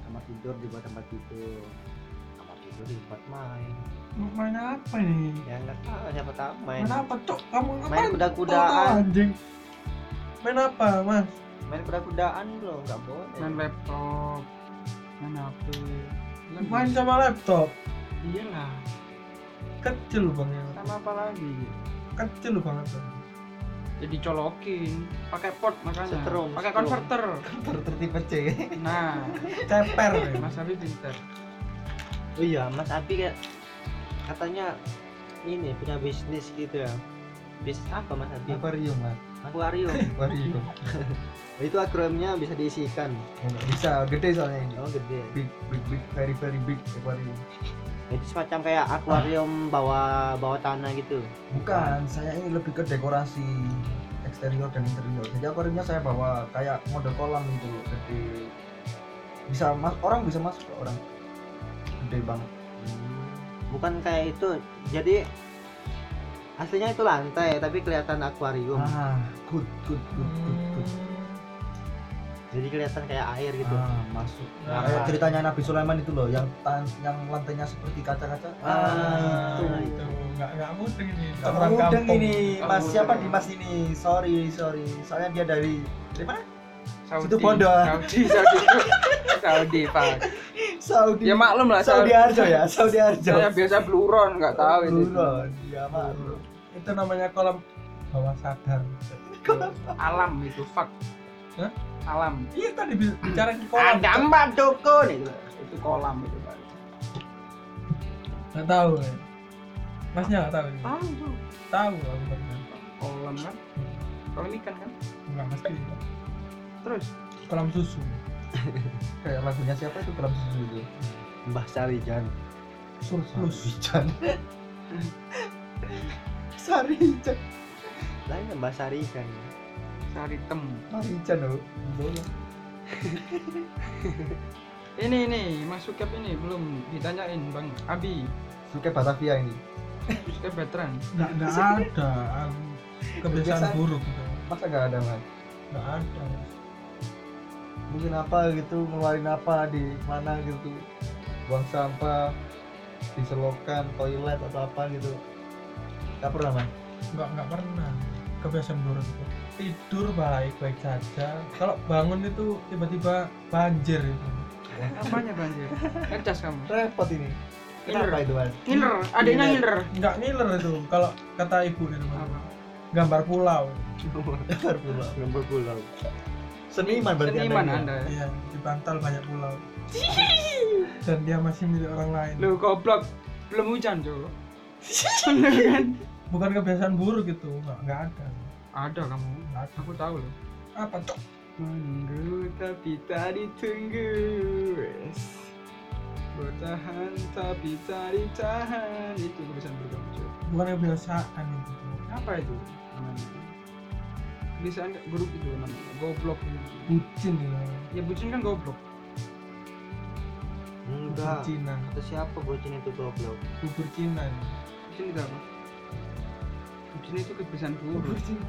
Kamar tidur dibuat tempat tidur. Kamar tidur dulu di tempat main
Mau main apa ini
ya nggak tahu siapa tahu main
main apa cok kamu
main
ngapain
kuda-kudaan
Tau-tau anjing main apa mas
main kuda-kudaan loh nggak boleh
main laptop main HP Lebih-
main sama laptop
iyalah
kecil banget
iya sama apa lagi
kecil banget
jadi colokin pakai port makanya
Setrum,
pakai
setrum.
konverter
tertipe C
nah
ceper ya.
Mas Abi pinter
oh iya mas Abi kayak katanya ini punya bisnis gitu ya bisnis apa mas Abi
Aquarium mas
akuarium
Aquarium
itu akronimnya bisa diisikan
Nggak bisa gede soalnya ini
oh gede
big big big very very big aquarium
itu semacam kayak akuarium bawah bawah tanah gitu
bukan saya ini lebih ke dekorasi eksterior dan interior jadi akuariumnya saya bawa kayak model kolam gitu loh gede bisa mas orang bisa masuk kok, orang gede banget
Hmm. bukan kayak itu jadi aslinya itu lantai tapi kelihatan akuarium
ah good good good good, good.
jadi kelihatan kayak air gitu
ah masuk
Nah,
kayak ceritanya Nabi Sulaiman itu loh yang tan yang lantainya seperti kaca-kaca
Ah,
itu nggak Gitu. nggak mudeng ini
Nggak
orang
mudeng
kampung
ini
Nggak
mas
mudeng.
siapa di mas ini sorry sorry soalnya dia dari dari mana
Saudi
Situ bodoh.
Saudi Saudi Saudi Pak
Saudi
ya maklum lah
Saudi
Saudi
Arjo ya Saudi Arjo
saya biasa bluron nggak tahu itu
Buron, ya maklum
itu namanya kolam bawah sadar
alam itu fuck
Hah?
alam
iya tadi bi- bicara di kolam
ada mbak dukun itu itu kolam itu Pak
nggak tahu ya. masnya nggak tahu ini
tahu tuh
tahu aku pernah
kolam kan kolam ikan kan
nggak mesti
terus
kolam susu
kayak lagunya siapa itu dalam susu itu
Mbah Sarijan
surplus
Sarijan Sarijan
lainnya Mbah Sarijan
sari tem
Sarijan loh
ini ini masuk cap ini belum ditanyain bang Abi
suka Batavia ini
terus ke veteran
nggak nggak ada aku kebiasaan
Kebiasaan.
buruk gitu
masa gak ada mas
nggak ada
mungkin apa gitu ngeluarin apa di mana gitu buang sampah diselokan toilet atau apa gitu gak pernah mas
nggak nggak pernah kebiasaan buruk itu tidur baik baik saja kalau bangun itu tiba-tiba banjir itu
apanya banjir ngecas kamu
repot ini kenapa itu mas
ngiler adiknya ngiler
nggak ngiler itu kalau kata ibu di rumah
Apa?
gambar pulau
Ntar pula.
nomor pulau
seniman berarti
seniman
Anda ini.
anda ya?
iya di bantal banyak pulau dan dia masih milik orang lain
lu goblok belum hujan tuh Bener kan
bukan kebiasaan buruk itu nggak nggak ada
ada kamu
Nggak ada.
aku tahu loh
apa tuh
Menunggu tapi tak ditunggu wes. Bertahan tapi tak ditahan Itu kebiasaan buruk aku, cuy.
bukan kebiasaan itu
Apa itu namanya? Kebiasaan buruk itu namanya Goblok itu.
bucin ya
Ya bucin kan goblok
bubur
enggak
Cina
itu siapa bocin itu goblok
bubur Cina ini.
Bucin itu apa? Bucin itu kebiasaan buruk
bubur Cina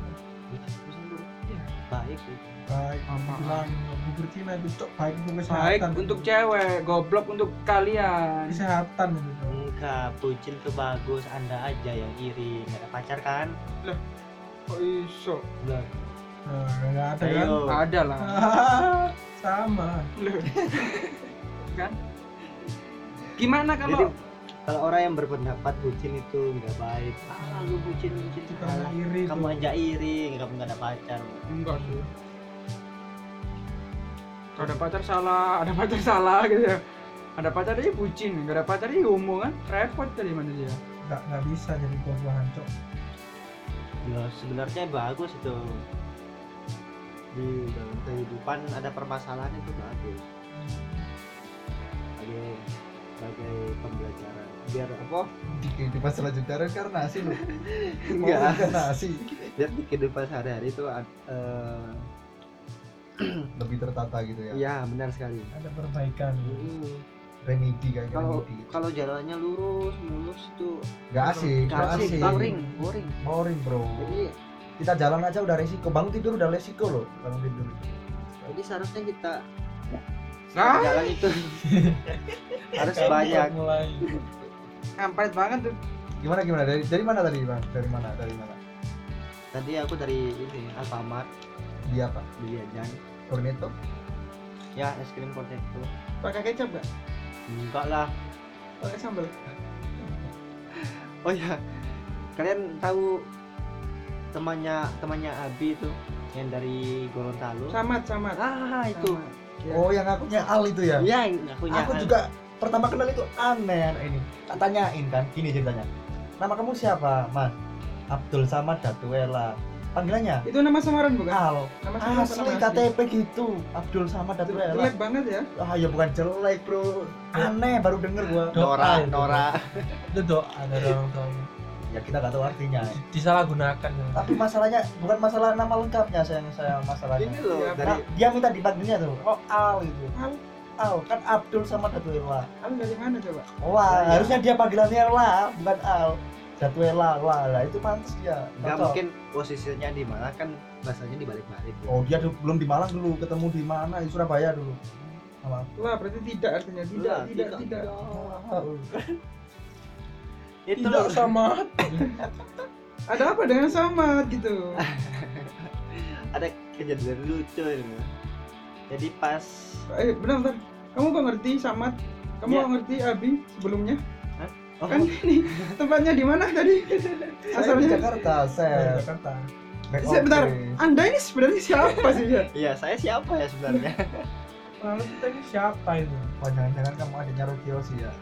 Iya.
baik gitu.
baik
Apa?
bilang bubur Cina itu cok baik untuk
Baik
kesehatan
untuk cewek, goblok untuk kalian
kesehatan itu Cok.
enggak bucin tuh bagus anda aja yang iri nggak ada pacar kan
Kok iso?
Loh,
Nah, nggak ada kan
ayo
Ada lah
Ah, sama
kan? Gimana
jadi
kalau
kalau orang yang berpendapat bucin itu nggak baik ah lu bucin bucin
itu karena
Alah,
iri
kamu
tuh.
aja iri kamu nggak ada pacar
enggak sih Kalau ada pacar salah ada pacar salah gitu ya ada pacar dia bucin nggak ada pacar dia homo kan repot dari mana dia
nggak nggak bisa jadi buah-buahan cok
ya sebenarnya bagus itu di dalam kehidupan ada permasalahan itu bagus sebagai sebagai pembelajaran biar apa
di kehidupan selanjutnya karena Oh, sih lu
Enggak.
karena sih
biar di kehidupan sehari-hari itu ad- eh,
lebih tertata gitu ya
ya benar sekali
ada perbaikan
remedi kayak
kalau
remedi gitu.
kalau jalannya lurus mulus itu
nggak asik nggak
kasih
asik
boring boring
boring bro
jadi
kita jalan aja udah resiko bangun tidur udah resiko loh bangun tidur
jadi seharusnya kita
Nah,
jalan itu harus banyak
gitu.
mulai
kampret banget tuh.
Gimana gimana dari dari mana tadi bang? Dari mana dari mana?
tadi aku dari ini Alfamart
Dia apa?
beli jajan
Cornetto?
ya es krim potato
pakai kecap gak?
enggak lah
pakai sambal
oh ya kalian tahu temannya temannya Abi itu yang dari Gorontalo
camat camat
ah itu
Camat.
Oh yang aku Al itu ya?
ya aku
aku juga pertama kenal itu aneh anak ini tak tanyain kan gini ceritanya nama kamu siapa mas Abdul Samad Datuela panggilannya
itu nama samaran bukan?
Al
nama samaran apa
Ah, asli
nama
KTP gitu Abdul Samad
asli?
Datuela
jelek banget ya
ah ya bukan jelek bro aneh baru denger gua
Nora
Doa itu.
Nora
itu doa dari orang tuanya
ya kita nggak tahu artinya
disalahgunakan ya.
tapi masalahnya bukan masalah nama lengkapnya sayang saya masalahnya
ini loh
Iya,
Nah,
dari
dia minta dipanggilnya tuh oh Al gitu
Al.
Al kan Abdul Samad Datuela
kamu dari mana coba?
Oh, Wah,
Ya, ya.
harusnya dia panggilannya La, bukan Al. Jadwela, wah lah itu pantas dia.
nggak
Cocok.
mungkin posisinya di mana kan bahasanya dibalik-balik ya.
Oh, dia du- belum di Malang dulu, ketemu di mana? Di Surabaya dulu. Sama
wah berarti tidak artinya tidak
Lah,
tidak
tidak,
tidak
itu
tidak
loh
sama ada apa dengan sama gitu
ada kejadian lucu ini jadi pas
eh benar bentar kamu gak ngerti samat kamu
Iya.
gak ngerti abi sebelumnya
oh,
kan ini tempatnya di mana tadi
Saya di
asalnya
Jakarta,
Dari
saya.
Jakarta
Back
Saya- bentar.
office.
anda ini sebenarnya siapa sih ya
iya saya siapa ya sebenarnya
lalu kita ini siapa itu
Wah, jangan-jangan kamu adiknya kan Rocky Osi ya.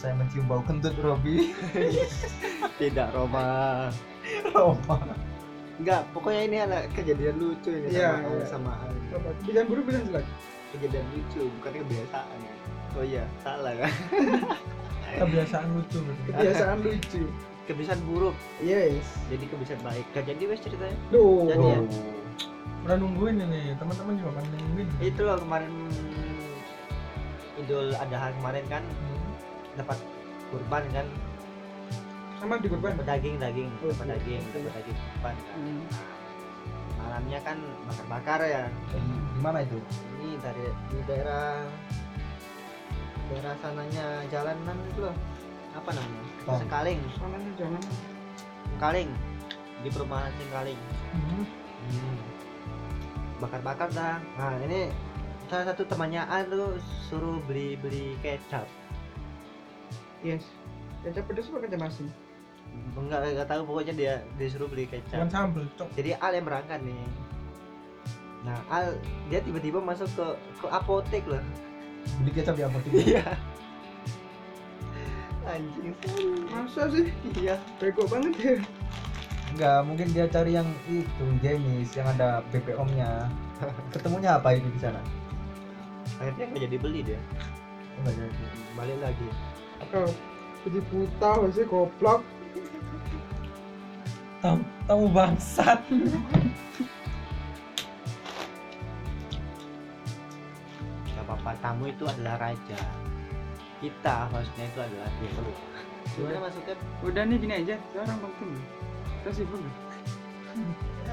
Saya mencium bau kentut Robi.
tidak Roma
Roma.
Enggak, pokoknya ini ada kejadian lucu ini
Iya,
sama
iya.
sama Al.
Coba, pilihan buruk pilihan jelek
kejadian lucu, bukan kebiasaan. ya. Oh iya, salah kan?
kebiasaan lucu berarti
kebiasaan lucu
Kebiasaan buruk
yes Iya.
jadi kebiasaan baik. Gak jadi wes ceritanya.
Duh,
Jadi ya.
udah nungguin ini teman-teman juga kan nungguin
Itu loh kemarin Idul Adha kemarin kan
Hmm.
dapat kurban kan,
sama di korban
dapat daging daging,
Oh,
dapat
iya. Hmm.
daging, dapat daging kurban kan. Malamnya kan bakar-bakar ya.
Gimana itu?
Ini dari di daerah daerah sananya jalanan itu loh apa namanya?
Tol.
Sekaling.
soalnya jangan
Sengkaling di perumahan Sengkaling
Hmm.
bakar-bakar dah nah ini salah satu temannya A tuh suruh beli beli kecap
yes kecap pedas apa kecap asin
enggak enggak tahu pokoknya dia disuruh beli kecap
bukan sambel cok
jadi Al yang berangkat nih nah Al dia tiba-tiba masuk ke ke apotek loh
Beli kecap di apotek.
iya anjing
masa sih
iya
bego banget ya
Enggak, mungkin dia cari yang itu, jenis yang ada BPOM-nya. Ketemunya apa ini di sana?
akhirnya nggak jadi beli dia
Enggak jadi.
balik lagi
kau jadi buta
ya,
sih goblok
tamu, tamu bangsat
nggak apa-apa tamu itu adalah raja kita harusnya itu adalah dewa gimana masuknya
Udah nih gini aja, sekarang penting. Terus sibuk. nggak?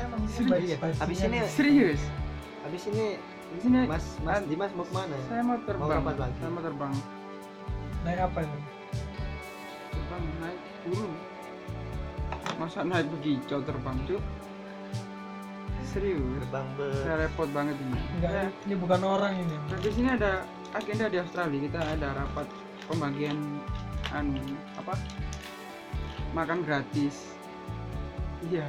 Emang sih
Iya, habis ini
Serius.
habis ini
Di sini
mas mas Dimas mau kemana
saya mau terbang.
rapat lagi.
saya mau terbang.
naik apa ini
Terbang naik burung. Masa naik begitu terbang, Cuk? Serius.
terbang ber
Saya repot banget ini.
enggak
Saya-
ini bukan orang ini
Terus di sini ada agenda di Australia. Kita ada rapat pembagian anu apa? Makan gratis. Iya.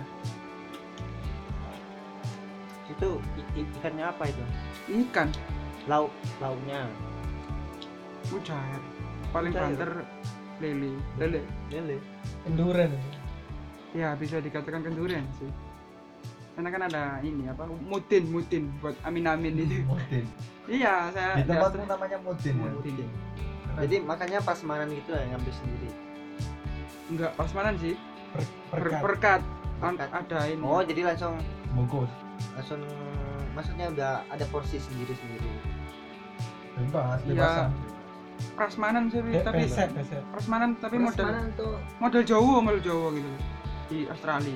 itu i- i- ikannya apa itu
Ikan
lauk lauknya
mujair. Paling
Mujair.
banter lele. Lele.
lele
enduren itu
Ya bisa dikatakan kendurian sih. Karena kan ada ini apa? Mutin, mutin buat amin-amin itu.
Mudin.
iya, saya
Di
di
tempatmu
Australia-
namanya Mudin ya?
Mutin.
jadi makanya pas makan gitu lah ngambil sendiri
Enggak pasmanan sih. Per-
perkat
perkat. An-
Perkat.
ada ini.
oh jadi langsung
Bungkus.
langsung maksudnya udah ada porsi sendiri sendiri
Bebas,
Iya.
bebasan.
prasmanan sih
Be-
tapi
beset beset
prasmanan tapi model
tuh
model Jawa model Jawa gitu di Australia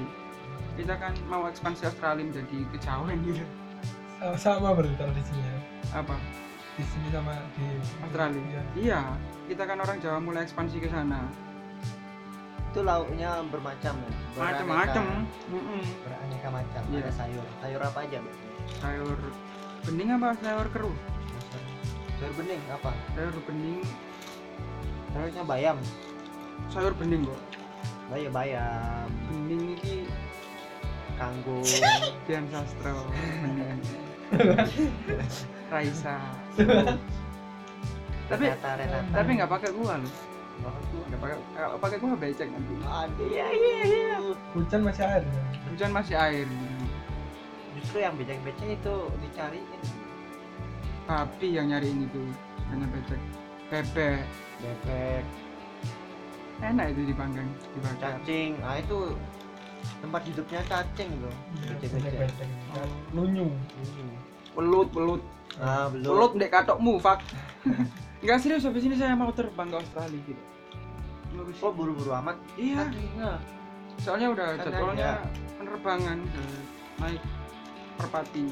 kita kan mau ekspansi Australia menjadi kejawen gitu
sama berarti tradisinya
apa
ya. di sini sama di
Australia.
Iya.
Iya, kita kan orang Jawa mulai ekspansi ke sana.
itu lauknya bermacam ya Beraneka-
Macam-macam. Mm-mm.
beraneka macam
Iya.
ada sayur sayur apa aja biasanya
Sayur bening apa sayur keruh?
sayur bening apa
Sayur bening,
sayurnya bayam
sayur bening kok.
bayam bayam
Bening ini
kanggo
Dian Sastro. Bening. Raisa. tapi
Renata Renata
tapi nggak pakai gua loh. Nggak pakai kalau pakai gua becek nanti.
aduh iya iya iya
Hujan masih ya? Iya, ada.
Hujan masih air.
justru yang becek-becek itu dicariin
Papi yang nyariin itu hanya becek. Bebek
bebek
enak itu dipanggang dibakar.
cacing nah itu tempat hidupnya cacing loh becek-becek
Kan
Hmm.
Lunyu.
Pelut pelut
ah belum
Pelut dek katokmu, Fak. Enggak serius habis ini saya mau terbang ke Australia gitu. Habis
oh buru-buru amat
iya,
Kakinya.
soalnya udah
Kan
jadwalnya
ada.
penerbangan ke naik Merpati.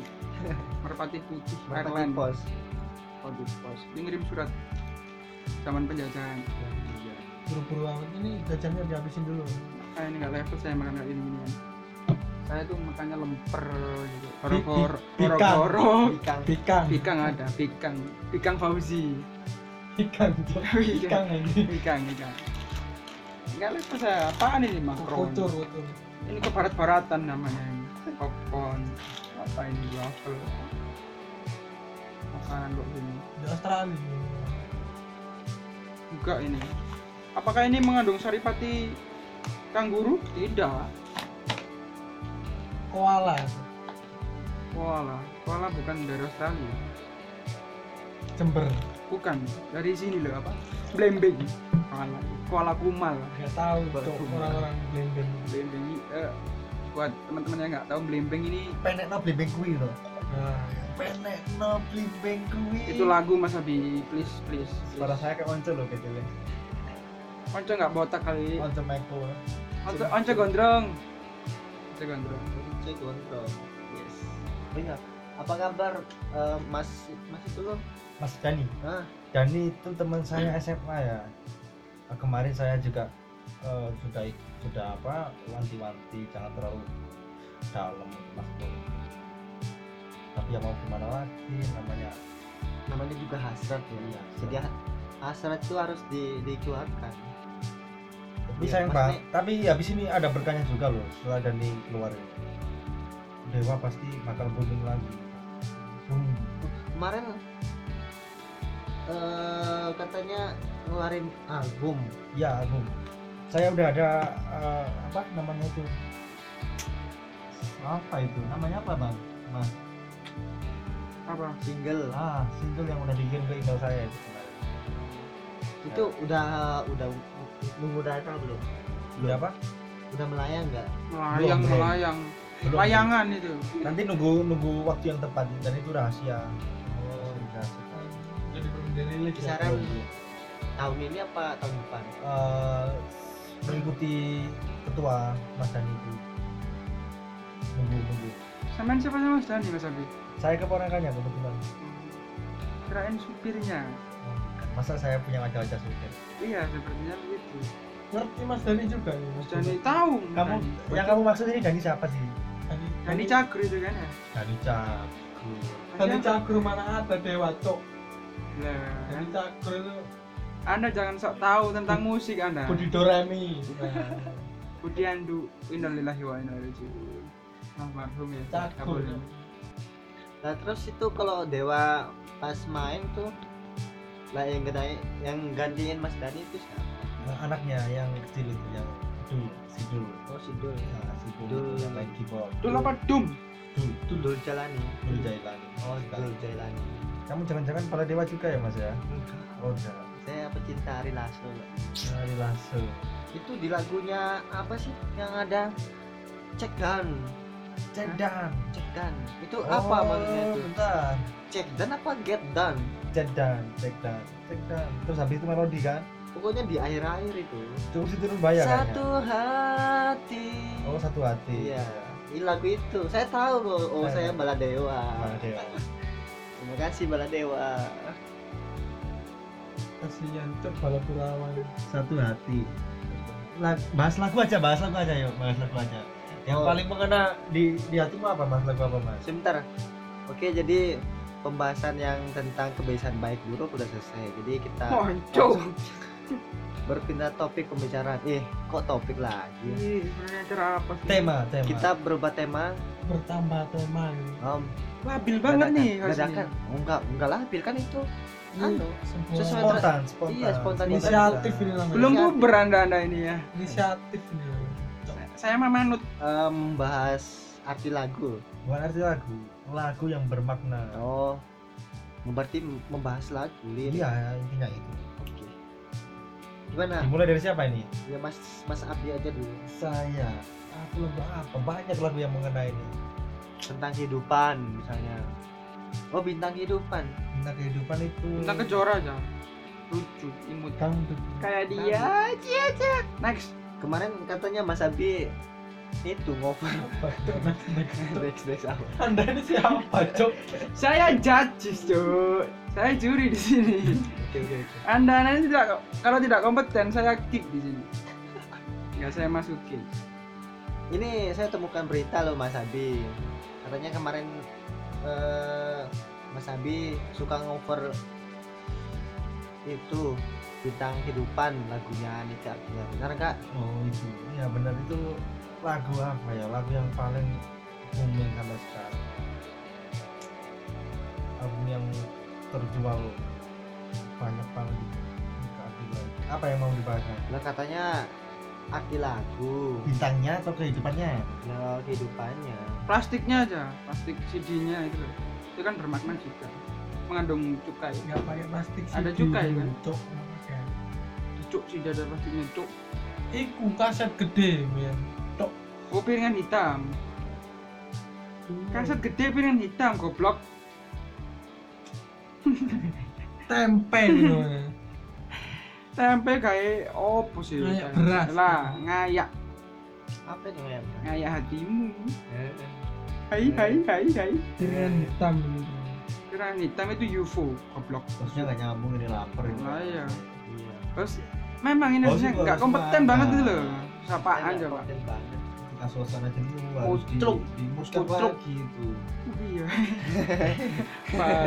Merpati Putih
Merpati
Airline.
pos
Waduh, bos. Dia ngirim surat zaman penjajahan.
Buru-buru amat ini gajahnya dihabisin dulu.
Kayak ini enggak level saya makan kayak gini ginian. Saya tuh makannya lemper gitu. Boro-boro,
bi- bikang.
boro-boro.
ikan
Bikang.
Bikang ada, bikang. Bikang Fauzi.
Bikang. Bikang ini.
ikan ikan enggak lihat saya apaan ini makron
Kutur, kutur.
ini ke barat baratan namanya ini popcorn apa ini waffle makanan kok gini
Di Australia.
juga ini apakah ini mengandung saripati kanguru tidak
Koala.
koala koala bukan dari Australia
Jember.
bukan dari sini loh apa blembing koala koala kumal
Gak tahu tuh orang-orang blender.
blembing eh, buat teman-teman yang nggak tahu blembing ini
penek no blimbing kuwi to
Nah,
penek no blimbing kuwi
itu lagu Mas Abi please please,
suara
please.
saya kayak once loh gitu ya
Onco nggak botak kali
once meko
Onco, onco gondrong. Onco gondrong.
Cek kontrol. Yes. Oh iya. Apa kabar eh, Mas Mas itu loh?
Mas Dani
Hah?
Dani itu teman saya SMA ya Nah, kemarin saya juga eh, sudah sudah apa wanti-wanti jangan terlalu dalam untuk Mas Boy. tapi ya mau gimana lagi namanya
Namanya juga hasrat ya.
Iya,
Jadi ha- hasrat itu harus di, dikeluarkan.
tapi
Iya,
sayang
Mas
banget
Nek.
tapi habis ini ada berkahnya juga loh setelah Dani keluar ini. Dewa pasti bakal booming lagi booming
Kemarin eh katanya ngeluarin album.
ya album saya udah ada eh, apa namanya itu apa itu namanya apa bang mas
Apa?
Single.
ah single yang udah dikirim ke email saya itu kemarin.
Itu udah udah mengudara belum?
udah apa
Udah melayang nggak?
Melayang,
Belum, belum.
melayang.
Belum.
Layangan itu.
nanti nunggu nunggu waktu yang tepat dan itu rahasia oh rahasia Iya.
jadi belum dirilis ya.
Kisaran tahun ini apa tahun depan?
Eh, mengikuti ketua mas Dani itu nunggu nunggu
Samaan siapa sama Mas Dani, Mas Abi?
saya keponakannya kebetulan
Kirain supirnya.
Oh, bukan. masa saya punya wajah-wajah sulit
Iya, sepertinya begitu.
Ngerti Mas Dani juga ya.
Mas Dani tahu. Mas
kamu
Dani.
yang kamu maksud ini Dani siapa sih
Dani,
Dani cagur itu kan ya?
Dani Cagur
Dani cagur mana ada dewa cok.
Lah,
Dani cagur itu
Anda jangan sok tahu tentang musik Anda.
Budi Doremi.
Budi Andu, innalillahi wa inna ilaihi raji'un. Almarhum ya.
Cagur.
kabulnya.
Nah terus itu kalau Dewa pas main tuh lah yang gedai, yang gantiin Mas Dani itu siapa?
Nah, anaknya yang kecil itu yang Dul si Dul
Oh si Dul.
Nah, si Dul
Dul.
yang main keyboard
Dul apa dum?
Dul
Itu Dul Jalani.
Dul Jailani
Oh Dul Jalani.
kamu jangan-jangan para dewa juga ya mas ya oh enggak
Saya pecinta Ari Lasso.
Ari Lasso
Itu di lagunya apa sih yang ada Check Down,
Check down
Check Down. Itu apa maksudnya itu?
Oh, bentar
Check Down apa Get Down?
Check down Check down Check down terus habis itu melodi kan
Pokoknya di akhir-akhir itu.
cukup situ
Oh,
bayar
Satu hati.
kayaknya ya, oh satu hati
Iya. Ini lagu itu. Saya tahu loh. Oh,
Saya
saya
tahu.
Baladewa.
Para dewa
Terima kasih Baladewa.
kasihan cok balap purawan
satu hati Lag- bahas lagu aja bahas lagu aja yuk bahas lagu aja yang
Oh.
paling mengena di di hatimu apa mas lagu apa mas
Sebentar. Oke, jadi pembahasan yang tentang kebiasaan baik buruk udah selesai. Jadi
Ah,
kita
Moncok.
langsung berpindah topik pembicaraan. Eh, kok topik lagi?
Ih, sebenarnya acara apa sih?
tema tema
Kita berubah tema.
bertambah teman
Om,
Labil banget
dadakan.
nih harusnya. Hmm.
Dadakan. Oh, enggak, enggak lah, Pil, kan itu. Anu,
sebuah
sesuai tra-
spontan spontan
Iya, spontanitas.
inisiatif ini namanya
Belum puber anda anda ini ya.
inisiatif ini namanya.
Saya- Saya mah manut.
em, bahas arti lagu.
bukan arti lagu lagu yang bermakna
Oh, berarti membahas lagu lirik.
iya intinya itu
Oke. Gimana?
dimulai dari siapa ini
Ya Mas Mas Abdi aja dulu
saya aku lagu apa banyak lagu yang mengena ini
tentang kehidupan misalnya. Oh, bintang kehidupan.
tentang kehidupan itu
Tentang kejora aja. Lucu, imut.
Dangdut.
Kayak dia, cia cia. Next.
Kemarin katanya Mas Abi itu ngoper next next apa?
anda ini siapa cok
Saya judges, Cuk. Saya juri di sini.
Oke oke oke.
Anda nanti tidak kalau tidak kompeten saya kick di sini. Enggak saya masukin.
Ini saya temukan berita loh Mas Abi. Katanya kemarin eh, Mas Abi suka ngoper itu bintang kehidupan lagunya Nika Ardian. Benar kak?
oh itu ya benar itu lagu apa ya lagu yang paling booming sampai sekarang album yang terjual banyak banget gitu keadilan apa yang mau dibahas
Lah katanya arti lagu
bintangnya atau kehidupannya
ya kehidupannya.
Plastiknya aja, plastik CD-nya itu loh. Itu kan bermakna juga. Mengandung ya. cukai.
nggak pakai plastik sih
Ada cukai, kan?
cok nggak pakai.
Cuk sih ada plastiknya, cuk.
iku kaset gede men
Oh, piringan hitam. Kaset gede piringan hitam, goblok.
tempe ini namanya.
Tempe kayak opo sih?
Ngayak
Kayak-
beras.
Lah, ngayak,
apa itu Iya. ya
ngayak hatimu. Hai, hai, hai, hai.
dengan hitam gitu
Piringan hitam itu UFO, goblok.
terusnya nggak nyambung ini lapar ini
Lah ya.
iya
Terus memang ini
Oh,
harusnya
sih, gua
nggak
harus
kompeten
makan.
banget itu loh. Sapaan
Saya
coba.
nggak konten banget
kita suasana jenuh harus di,
Kucluk.
dimusnahkan
Kucluk.
lagi gitu. itu
Oh,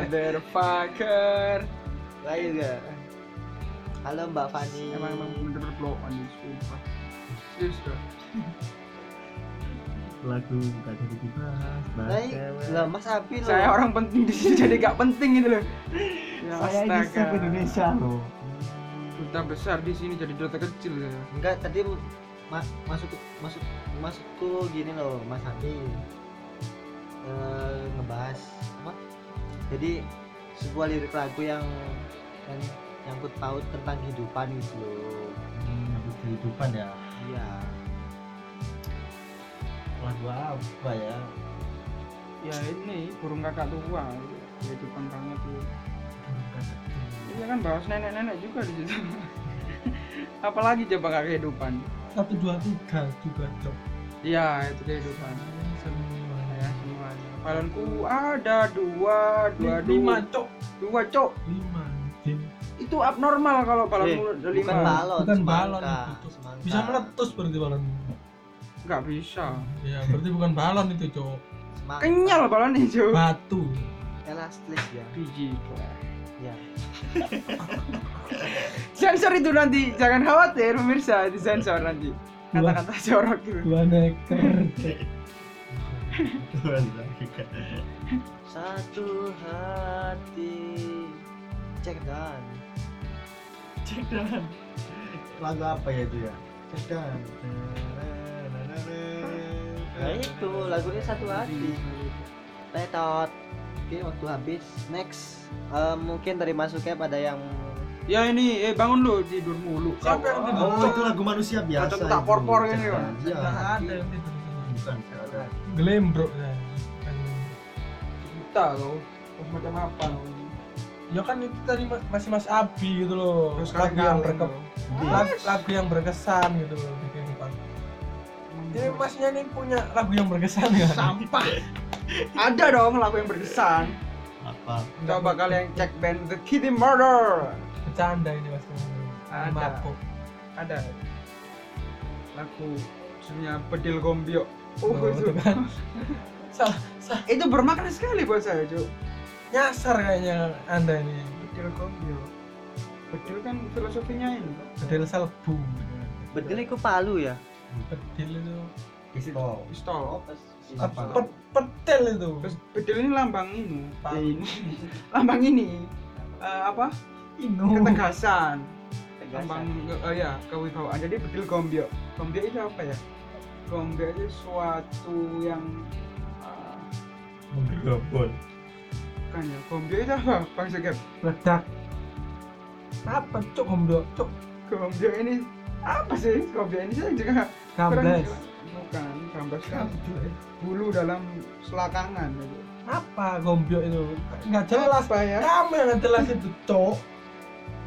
Iya. Motherfucker.
lain gak iya. halo mbak Fani
Emang emang bener-bener blow on ini, sumpah. Serius dah.
lagu nggak jadi dibahas bahas
Lah, i-
cewek.
lah mas Abi loh
Saya orang penting di sini jadi nggak penting gitu loh. Ya,
saya ini
astaga.
sub Indonesia loh
Duta besar di sini jadi duta kecil ya.
enggak tadi ma- masuk masuk masukku gini loh mas Abi Eh, ngebahas apa jadi sebuah lirik lagu yang yang nyangkut paut tentang kehidupan gitu loh
hmm, lagu kehidupan ya
iya
lagu apa ya
Ya ini burung kakak tua. Ya itu kentangnya tuh. Iya kan bahas nenek-nenek juga di situ. Apalagi coba nggak kehidupan.
satu dua tiga juga cok
Iya itu kehidupan.
semua
Ya semuanya. Balonku ada dua, dua,
Li- lima
dua,
cok
dua cok.
lima anjing.
Itu abnormal kalau
Eh,
balonku ada
Eh, bukan
lima.
balon
Bukan
semangka.
balon itu.
Semangka.
bisa meletus berarti balon
Nggak bisa.
ya berarti bukan balon itu cok
Semangka.
Kenyal balon hijau.
batu
elastis ya
Biji. Pak.
ya
sensor itu nanti jangan khawatir pemirsa di sensor nanti kata-kata jorok gitu
dua neker
Tuhan lagi
satu hati cek dan
Cedan. Lagu apa ya itu ya? Cedan.
nah itu lagunya satu hati tetot oke waktu habis next Eh, mungkin dari masuknya pada yang
ya ini eh bangun lu tidur mulu
Siapa yang tidur?
Oh, itu lagu manusia biasa.
Kocok tak
itu.
por-por gini, Pak.
Iya.
ada yang tidur di sini.
Bukan, nggak ada.
gelembrok ya
kita lo macam apa lo
ya kan itu tadi ma- masih mas Abi gitu loh
terus
lagu
kalian
yang
kalian
berke- lag- lagu yang berkesan gitu loh di kehidupan ini masnya nih punya lagu yang berkesan ya
sampah ada dong lagu yang berkesan
apa
Coba kalian cek band The Kitty Murder.
bercanda ini pasti
Ada.
mabuk
Ada lagu judulnya Bedil Gombio. Oh,
Loh, itu
itu.
kan salah salah
itu bermakna sekali buat saya, Cuk.
nyasar kayaknya anda ini
Bedil Gombio. Bedil kan filosofinya ini. Pak.
bedil selbu gitu kan.
Bedil itu palu ya.
bedil itu
Oh.
pistol
Pistol. Iya.
apa
Pet- petel itu
Terus bedil ini lambang ini.
Pak.
Eh, ini. lambang ini. Eh, apa?
inu
Oh. Ketegasan. Lambang
Tegasan.
ke- eh, ya, kewibawaan. Jadi bedil gombio. Gombio itu apa ya? Gombio itu suatu yang eh,
menggerobol
bukan ya. Gombio itu apa? Bang Sekep.
meledak apa cuk gomblok cuk
Gombio ini apa sih? Gombio ini saya juga kurang
gambles
jelas. Bukan, gambles kan.
eh.
Bulu dalam selakangan. gitu.
apa gomblok itu nggak jelas
Apa ya?
kamu yang nggak jelas itu cuk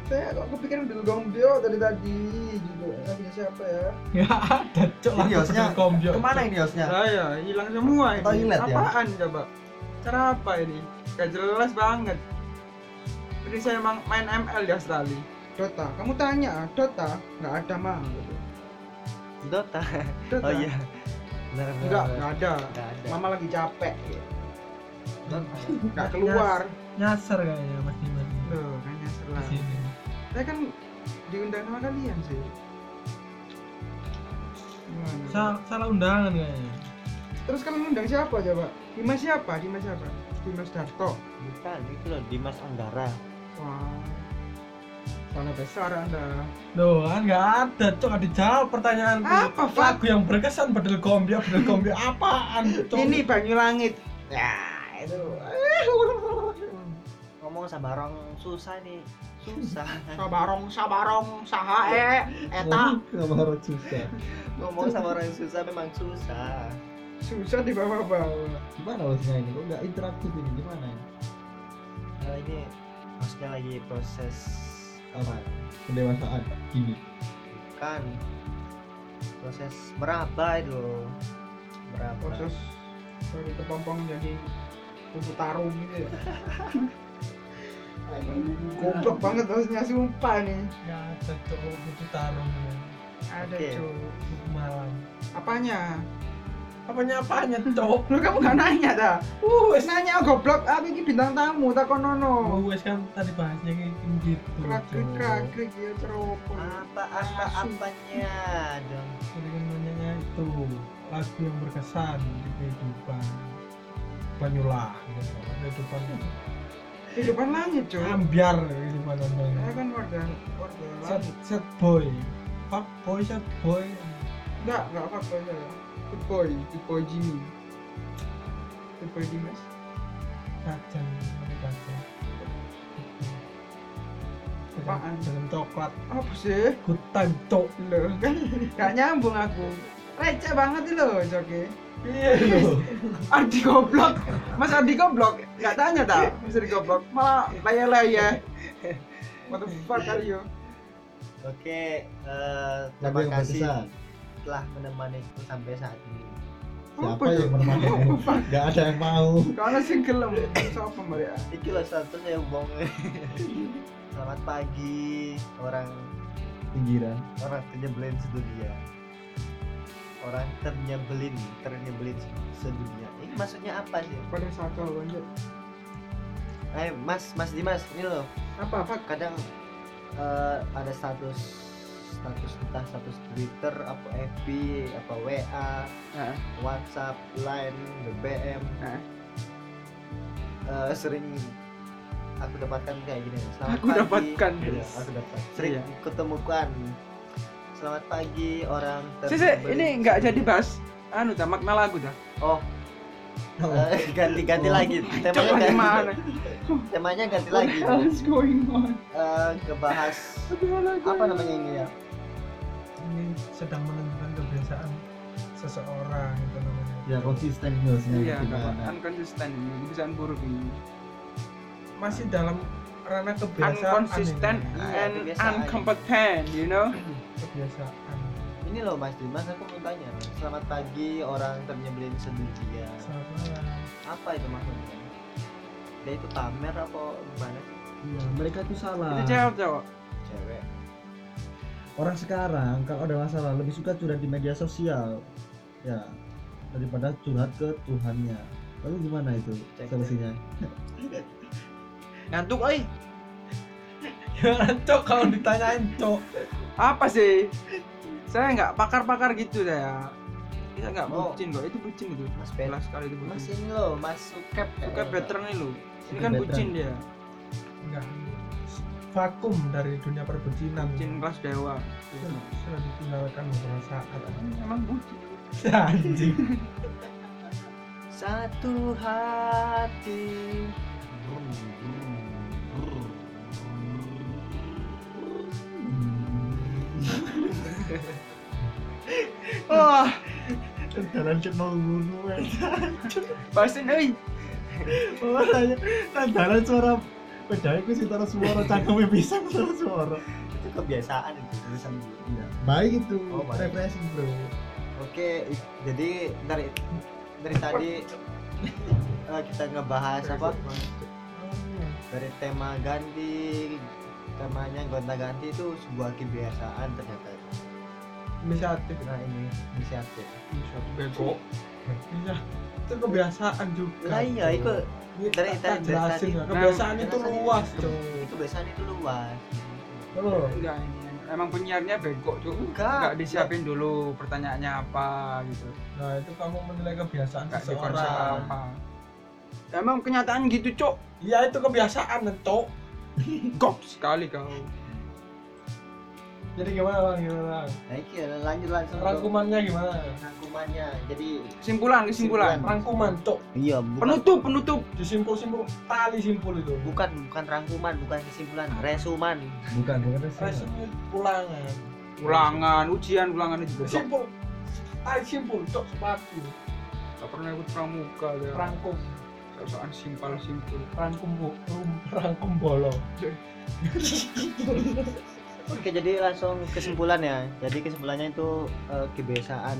Saya kok kepikiran bedil gombio dari tadi gitu. Tadi siapa ya?
nggak ada cuk
Ini
lagu
hostnya
bedil gomblok
kemana
Cuk.
ini
Ya.
hostnya
Saya hilang semua ini.
Toilet ya?
Apaan coba? Cara apa ini? Gak jelas banget. Jadi saya emang main ML di Australia. Dota, kamu tanya Dota nggak ada mah. gitu.
Dota.
Dota
Oh iya. Benar, benar,
nggak
benar.
nggak ada.
Nggak ada.
Mama lagi capek,
Dota.
nggak keluar.
nyasar kayaknya mas Dimas ini.
Loh, kayaknya seru
di
lah.
sini
Saya kan diundang sama kalian sih. Gimana?
Sal- salah undangan kayaknya
Terus kalian undang siapa coba? Dimas siapa? Dimas siapa? Dimas Darto.
Bukan itu loh Dimas Anggara.
Wah, salah besar anda.
Loh kan nggak ada cok nggak dijawab pertanyaan
Apa, Pak?
lagu yang berkesan bedil gombia bedil gombia apaan cok
Ini Banyu Langit. Ya,
Ngomong sabarong susah nih. Susah.
Sabarong, sabarong, saha e, eta.
Kabar susah.
Ngomong sama orang yang susah memang susah.
Susah di bawah-bawah.
Gimana hostnya ini? Kok nggak interaktif ini? Gimana ini?
Nah, ini maksudnya lagi proses
Apa? Pendewasaan ini.
kan proses meraba itu meraba
Proses dari kepompong gitu jadi kupu tarung gitu ya. Goblok banget harusnya sumpah nih.
nggak ada cok itu tarung
Ada
Oke.
cuy.
malam
Apanya?
apanya apanya cok
Lu kamu gak nanya dah. Uh, wes nanya goblok. Aku ini bintang tamu takonono.
Wes kan tadi bahasnya kayak gitu.
Krakrik
Cok.
krakrik ya ceroboh.
apa apa apanya dong
Jadi kan nanyanya itu lagu yang berkesan di kehidupan Banyulah gitu. Kehidupan
Iya, Kehidupan langit cuy.
ambiar kehidupan
Saya
namanya.
kan warga warga
Set
langit.
set boy. Fuck boy set boy.
Enggak, enggak apa-apa saya. Good boy, good boy Jimmy. Good boy Dimas.
Kacang ini kacang.
Apaan?
Dalam coklat
Apa sih?
good time cok.
Loh, kan gak nyambung aku. Receh banget sih lo, Joki.
Iya loh.
Adi goblok. Mas Adi goblok. Gak tanya tak? Mas Adi goblok. Malah layak-layak. What the fuck are you?
oke eh,
Lagu
terima
yang
kasih
berkesan.
telah menemaniku sampai saat ini
Siapa
Apa itu?
yang menemanimu? Gak ada yang mau.
Karena sing gelem sapa mereka?
itu loh status ya bong selamat pagi orang
Pinggiran.
orang ternyebelin sedunia orang ternyebelin ternyebelin sedunia ini maksudnya apa sih
Pada saka lanjut.
eh mas mas dimas ini loh
Apa fuck?
kadang eh, ada status status entah status Twitter apa FB apa WA Ah.
Heeh.
WhatsApp Line BBM
Heeh.
Eh, sering aku dapatkan kayak gini selamat
Aku
pagi
dapatkan.
Iya, aku dapat sering
Iya.
ketemukan selamat pagi orang
Sisi,
ternyebelin
ini nggak jadi bahas anu dah makna lagu dah.
oh eh, ganti-ganti lagi temanya
Oh. Coba
ganti,
gimana? Oh,
temanya ganti
What
lagi
the hell is going on? Iya,
Eh, ngebahas
What the hell are
apa
going
namanya ini ya
Ini sedang menentukan kebiasaan seseorang itu namanya.
Ya konsisten ini hostnya.
Iya,
Gimana?
unconsistent ini, kebiasaan buruk ini.
masih dalam ranah kebiasaan
Unconsistent
ini.
Iya,
and
kebiasaan.
uncompetent, you know?
kebiasaan
Ini loh Mas Dimas, aku mau tanya. Selamat pagi orang ternyebelin sedunia.
selamat malam
Apa itu maksudnya? dia itu pamer apa gimana sih
Iya, mereka tuh salah.
Ah.
itu cewek cowok
cewek
Orang sekarang kalau ada masalah lebih suka curhat di media sosial. Ya, daripada curhat ke Tuhannya. Lalu gimana itu
Cek,
solusinya?
ngantuk oi
Jangan Ya, cok kalau ditanyain cok.
apa sih saya nggak pakar-pakar gitu saya kita nggak
Oh.
bucin kok itu bucin itu
mas Ben
jelas sekali itu
mas
bucin
ini loh mas sukep ya,
suka veteran nih lo ini kan
Veteran.
bucin dia
Enggak. Vakum dari dunia perbecinan.
bucin kelas dewa Gitu.
Sudah ditinggalkan beberapa saat.
emang bucin
Anjing.
satu hati
Hmm.
wah
Jalan ke mau bunuh.
pasin oi
Orang jalan suara Padahal aku sih taruh suara, cangkeme bisa taruh suara.
itu kebiasaan itu tulisan dulu.
Baik itu,
Oh, baik.
refreshing bro.
Oke, i- jadi dari dari tadi eh, kita ngebahas apa? Dari tema ganti, temanya gonta-ganti itu sebuah kebiasaan ternyata.
Inisiatif.
Nah ini inisiatif.
bego
Iya. Itu kebiasaan juga.
Nah iya, itu
Ini
dari-
tak-
dari-
tak jelasin
dari-
lah. kebiasaan
dari-
itu
dari-
luas, cok.
kebiasaan itu luas.
Kalau
enggak ini emang penyiarnya bego cuy
Enggak.
nggak disiapin dulu pertanyaannya apa gitu
Nah, itu kamu menilai kebiasaan
nggak dikonsep
seseorang.
apa emang kenyataan gitu cok
Iya, itu kebiasaan, cok.
gok sekali kau
Jadi gimana, Bang? Gimana? Bang?
Nah iki lanjut langsung. ke
Rangkumannya gimana?
Rangkumannya. Jadi
kesimpulan kesimpulan
Kesimpulan.
Rangkuman, cok.
iya bukan
penutup penutup
Disimpul-simpul tali simpul itu.
bukan bukan rangkuman, bukan kesimpulan, resuman.
bukan bukan resume.
Resume ulangan.
ulangan ujian ulangan juga cok
Simpul. Tali simpul, cok sepatu.
Gak pernah ikut pramuka ya.
Rangkum,
Soal simpel simpel.
rangkum bu- rum- rangkum bolong.
Oke, jadi langsung kesimpulan ya. Jadi kesimpulannya itu eh, kebiasaan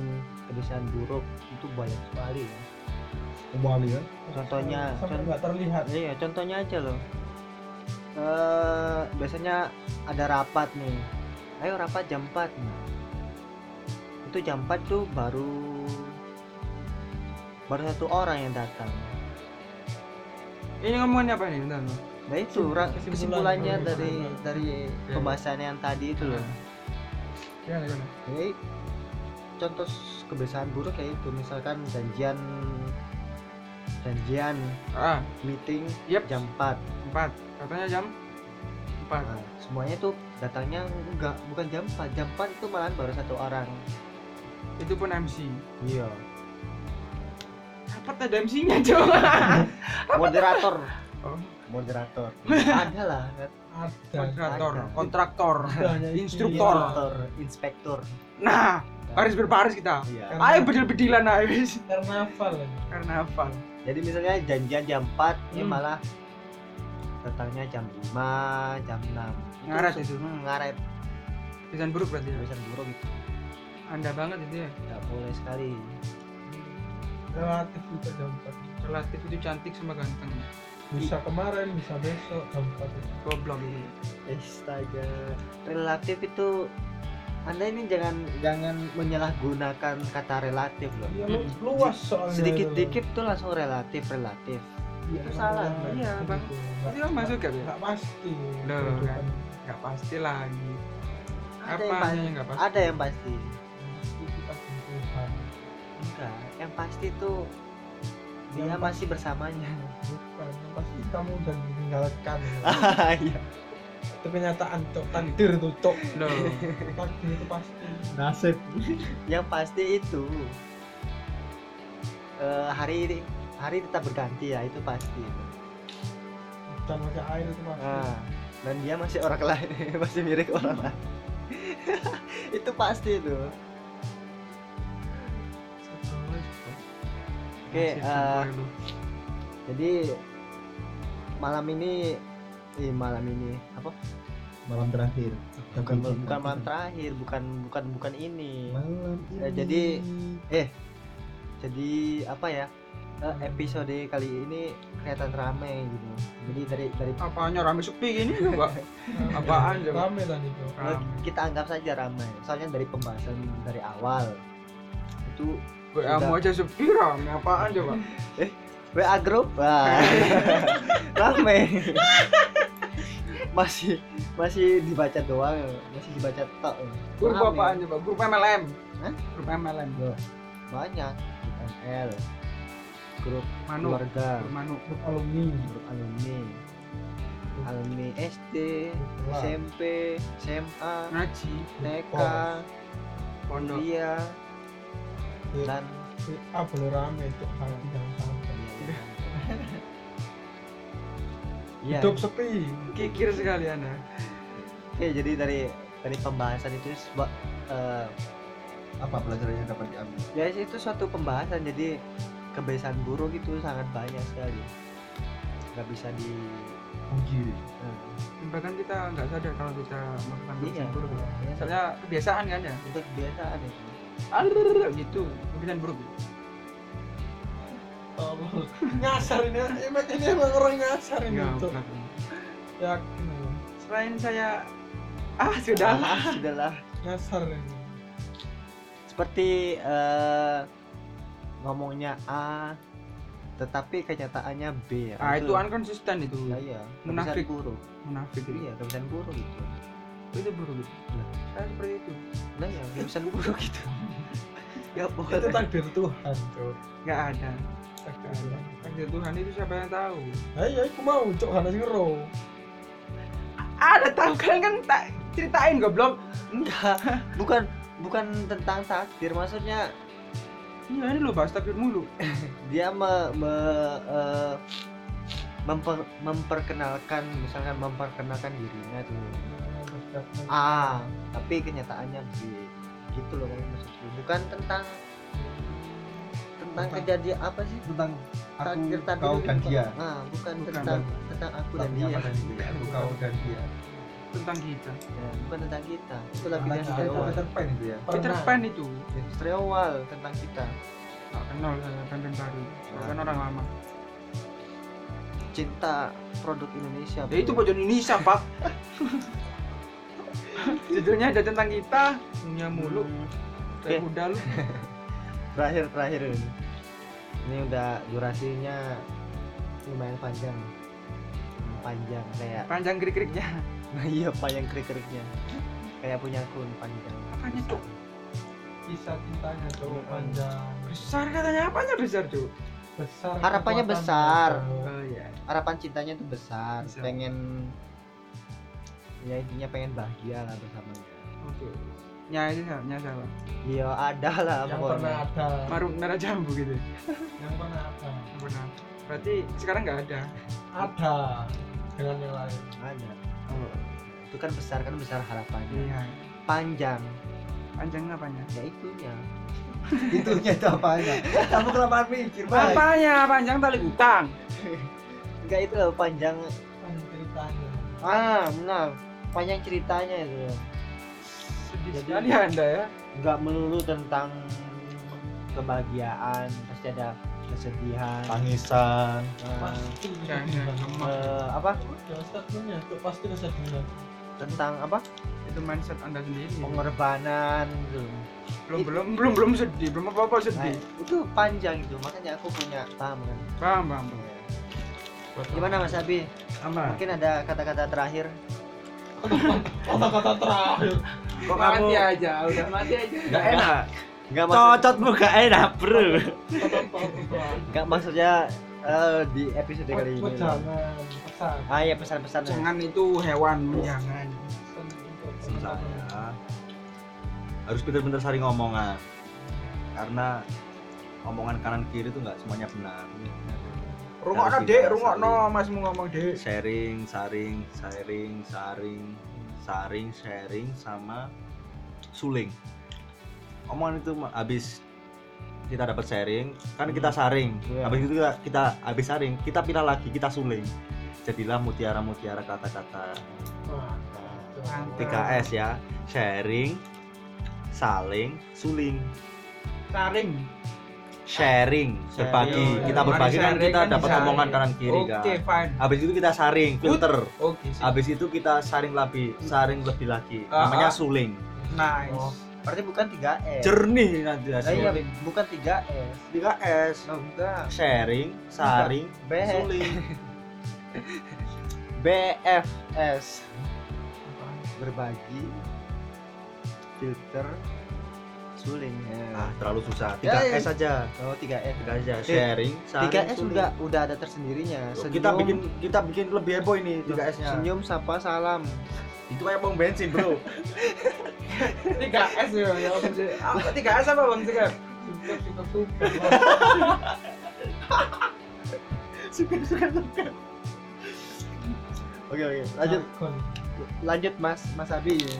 kebiasaan buruk itu banyak sekali. ya.
Kembali ya.
Contohnya,
sampai
contoh-
nggak terlihat.
Iya, contohnya aja loh. eh biasanya ada rapat nih. Ayo rapat jam 4. Nah, Itu jam 4 tuh baru baru satu orang yang datang.
Ini ngomongannya apa nih? Bentar, bentar.
Nah itu ra-
Kesimpulan.
kesimpulannya dari
Kesimpulan.
dari pembahasan yang tadi itu loh.
Gimana, gimana?
Jadi contoh s- kebiasaan buruk kayak itu misalkan janjian janjian
Ah,
meeting
Yep.
jam 4
empat. Katanya jam empat.
Nah, semuanya tuh datangnya enggak bukan jam 4 jam 4 itu malahan baru satu orang
Itu pun MC.
iya
Apa ada MC-nya coba?
moderator
Oh. Iya.
moderator ada lah
Ada.
Kontraktor,
ada.
kontraktor,
Ada hanya itu.
instruktor.
moderator inspektur
Nah, harus berbaris kita.
iya.
Karena-
Ayo bedil-bedilan ayo wis.
Karnaval.
Karnaval.
jadi misalnya janjian jam 4 ini
Hmm.
malah datangnya jam 5 jam 6
Ngaret itu.
Hmm, ngaret
Desain buruk berarti ya.
tulisan buruk gitu
Anda banget itu ya.
nggak boleh sekali
Relatif juga jam 4.
Relatif itu cantik sama ganteng.
Bisa kemarin, bisa besok jam 4.
Goblok itu.
astaga relatif itu anda ini jangan jangan menyalahgunakan kata relatif loh
Iya,
Hmm.
lu- luas soalnya.
sedikit-dikit tuh langsung relatif relatif itu salah.
Iya, Bang. Itu kan masuk gak ya?
Enggak pasti.
Loh,
kehidupan.
kan. Gak pasti lagi.
ada yang
Apa
pasti
yang gak pasti?
ada yang pasti
Pasti kita kehidupan.
enggak yang pasti itu dia
Yang
masih bersamanya
Bukan, yang pasti kamu udah meninggalkan.
Iya.
itu kenyataan, cok. Takdir tuh, cok.
Loh.
Takdir itu pasti.
Nasib.
yang pasti itu eh, hari hari tetap berganti ya itu pasti
Hujan pakai air itu pasti.
Ah.
Nah, dan dia masih orang lain masih mirip orang lain itu pasti itu Oke,
Nasib
eh,
sumpah lu.
jadi malam ini eh, malam ini apa
Malam terakhir.
bukan bukan malam terakhir bukan bukan bukan ini
Malam
Ya,
ini.
jadi- jadi apa ya eh, episode kali ini kelihatan ramai gitu. Jadi dari dari
Apanya ya, rame sepi gini coba? Apaan coba?
Nah, Rame tadi tuh.
Rame.
eh, kita anggap saja ramai. Soalnya dari pembahasan dari awal itu
Gue mau aja sepi rame apaan coba?
WA grup wah. rame masih masih dibaca doang masih dibaca tok
Grup
Rame.
apaan coba? Grup MLM.
Hah?
Grup MLM.
banyak grup ML grup
Manu.
keluarga
Grup Manu.
Grup alumni
grup alumni alumni SD SMP SMA
Ngaji.
TK
Pondok.
kuliah
Iya.
dan
Ah, belum rame itu jangan sampai.
ya
Hidup sepi.
Kikir sekali anda.
Oke, jadi dari dari pembahasan itu sebab eh,
apa pelajarannya dapat diambil
ya itu suatu pembahasan jadi kebiasaan buruk itu sangat banyak sekali nggak bisa di
Puji.
eh,
Bahkan kita nggak sadar kalau kita melakukan
iya
kebiasaan buruk.
ya,
Soalnya kebiasaan kan ya.
itu kebiasaan itu
Alrrrr, gitu. Kebiasaan buruk.
Tolol. Nyasar ini. Emang ini emang orang nyasar ini.
Iya,
Enggak,
Cok.
bukan.
Yakin. aku.
Iya, Selain saya ah sudahlah.
Ah, sudahlah
Nyasar ini.
seperti eh, ngomongnya A tetapi kenyataannya B ya
Ah itu ankonsisten itu.
ya, iya
Munafik.
kebiasaan buruk
Munafik itu.
iya kebiasaan buruk gitu
Itu buruk itu.
Lah.
Saya Kan seperti itu.
nah ya kebiasaan buruk gitu ya boleh
Itu takdir Tuhan, Cok.
Enggak ada.
Takdir
Nggak ada.
Tuhan.
Takdir Tuhan itu siapa yang tahu?
Ayo, aku mau, Cok. Karena sih ngero.
Ada tahu kalian kan tak ceritain goblok.
enggak bukan bukan tentang takdir maksudnya
Iya ini lo bahas takdir mulu. Eh,
dia me, me- eh, memper- memperkenalkan misalkan memperkenalkan dirinya tuh A tapi kenyataannya B gitu loh kalau maksudku bukan tentang tentang
Tentang-
kejadian apa sih
tentang aku
takdir takdir
kau
itu
dan
bukan-
dia
ah, bukan,
Bukan.
tentang tentang aku dan
Tapi
dia
apa tadi? aku kau dan dia
Tentang kita.
Ya, bukan tentang kita itu lebih dari
Anaknya
dari awal
ada terpen itu ya
Peter
Pernah.
Pan itu.
Dari awal tentang kita
Nggak kenal saya band baru. Saya kan orang lama.
cinta produk Indonesia
Ya itu pojok Indonesia pak. Judulnya ada tentang kita. Punya mulu. Kayak
Oke.
kuda lu.
terakhir terakhir ini ini udah durasinya lumayan panjang panjang kayak
Panjang krik-kriknya.
nah iya panjang krik-kriknya kayak punya kun panjang
Apanya, Cuk?
Kisah cintanya, Cok. Panjang.
Besar katanya apanya besar tuh?
Besar.
Harapannya
kekuatan,
besar.
Cok.
Oh iya.
harapan cintanya itu besar
Besar.
pengen ya intinya pengen bahagia lah bersamanya
Oke. Nya itu siapa? Nya siapa?
iya ada lah
Yang
pokoknya
pernah ada.
Marung merah jambu gitu.
Yang pernah ada.
Nggak Pernah. Berarti sekarang nggak ada.
Ada. Dengan yang lain.
ada
Oh,
itu kan besar kan besar harapannya
iya.
panjang
Panjang apanya?
ya itunya
Itunya itu apanya? Kamu kelamaan mikir, Pak.
Apanya? Panjang tali utang.
enggak itu loh panjang
Kan ceritanya.
ah benar panjang ceritanya itu
Sedih
Jadi-
sekali Anda ya.
nggak melulu tentang kebahagiaan pasti ada kesedihan
Tangisan.
eh,
Pasti.
Jangan lemah.
eh, apa
Ya, statementnya, Cok. Pasti kesedihan.
tentang apa
Iya.
Itu mindset Anda sendiri.
Oh, pengorbanan gitu
Belum belum belum belum sedih, belum apa-apa
Nah,
sedih.
itu panjang itu makanya aku punya paham kan
Paham, paham. paham.
gimana mas Abi
Aman.
mungkin ada kata-kata terakhir
Kata-kata terakhir.
Kok mati aja, udah mati aja.
Gak enak.
nggak maksud
Cocotmu gak enak, bro.
Kata-kata terakhir.
nggak maksudnya eh, di episode kali ini
Pejangan. Pesan.
ah ya pesan-pesan
Jangan itu hewan, jangan.
Pesan untuk teman-teman.
saya harus pintar-pintar saring omongan karena omongan kanan kiri itu nggak semuanya benar
Rungokno,
Harus
Dek,
dipaksa.
rungokno Masmu ngomong, Dek.
sharing saring sharing saring saring sharing sama suling omongan itu ma- habis kita dapat sharing kan kita saring
Iya.
habis itu kita, kita habis saring kita pilih lagi kita suling jadilah mutiara-mutiara kata-kata
Nah, jangan.
TKS ya sharing saling suling
Saring.
sharing, berbagi.
Sharing.
Kita berbagi kan kita dapat omongan kanan kiri kan.
Oke, fine.
Habis itu kita saring, filter.
Oke, sip.
Habis itu kita saring lebih, saring lebih lagi.
Ah,
Namanya
ah.
suling.
Nice.
Oh. berarti bukan 3 s
Jernih nanti
iya,
hasilnya.
bukan 3 s
3S,
oh, enggak
sharing, saring,
B
suling. BF
S berbagi filter suling
ah,
ya.
terlalu susah.
Ya, ya.
3S saja.
Oh, 3 S.
Tiga aja sharing, saring,
3 S
suling.
sudah udah ada tersendirinya.
Loh, kita
Senyum,
bikin kita bikin lebih heboh ini 3S-nya.
senyum sapa salam.
Itu kayak pom bensin, Bro.
3S ya, ya Bang Sir. Apa 3S apa Bang Sir?
Suka, suka, suka.
Oke oke, lanjut
Kon.
Nah, lanjut Mas Mas Abi.
Iya.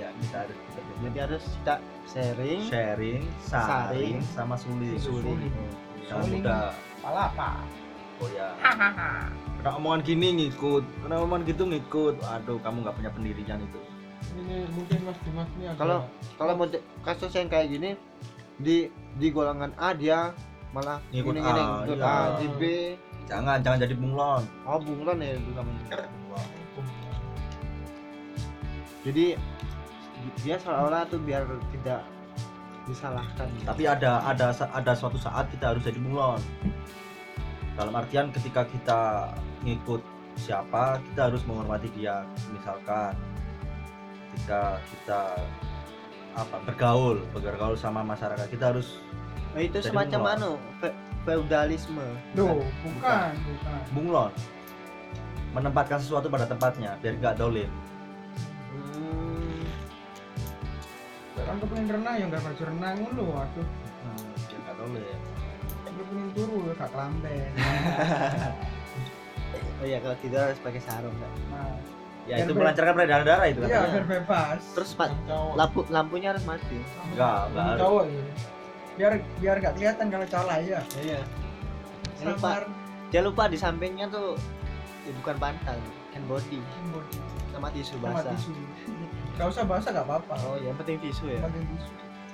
ya, kita harus kita bikin
Jadi harus kita sharing.
sharing, saring,
Saring,
sama suling.
suling.
Jangan
Suling.
mudah.
Pala apa?
Oh ya. Kena omongan gini ngikut, kena omongan gitu ngikut. Aduh, kamu nggak punya pendirian itu.
Ini mungkin Mas Dimas ini agak-
Kalau- Kalau mau kasus yang kayak gini di di golongan A dia malah
Ngikut
ini
A,
ikut
iya.
A, di B,
Jangan, jangan jadi bunglon.
oh bunglon ya itu namanya. Jadi dia seolah-olah tuh biar tidak disalahkan.
Tapi ada ada ada suatu saat kita harus jadi bunglon. Dalam artian ketika kita ngikut siapa, kita harus menghormati dia. Misalkan ketika kita apa bergaul, bergaul sama masyarakat, kita harus
Oh, itu
Jadi
semacam
bunglon.
anu fe- feudalisme.
Loh, bukan, bukan.
bunglon. Menempatkan sesuatu pada tempatnya biar nggak dolim.
Hmm,
Orang kepengen renang ya nggak baju renang lu, aduh.
Hmm, biar nggak dolim.
Lu pengen turu ya gak kelamben.
oh ya kalau tidur harus pakai sarung kan.
Nah,
Ya
Biar
itu
ber-
melancarkan peredaran darah itu kan?
iya
katanya.
biar bebas.
Terus, Pak,
Yang cowok.
Lampu lampunya harus mati.
Enggak, enggak
Yang
harus.
cowok ya. Biar biar gak kelihatan kalau salah ya.
Iya. Jangan lupa,
Samar.
jangan lupa di sampingnya tuh ya bukan pantal, hand body
Body.
sama tisu
Sama
basah.
tisu. Gak usah basah gak apa-apa.
Oh ya penting tisu ya.
Pakai tisu.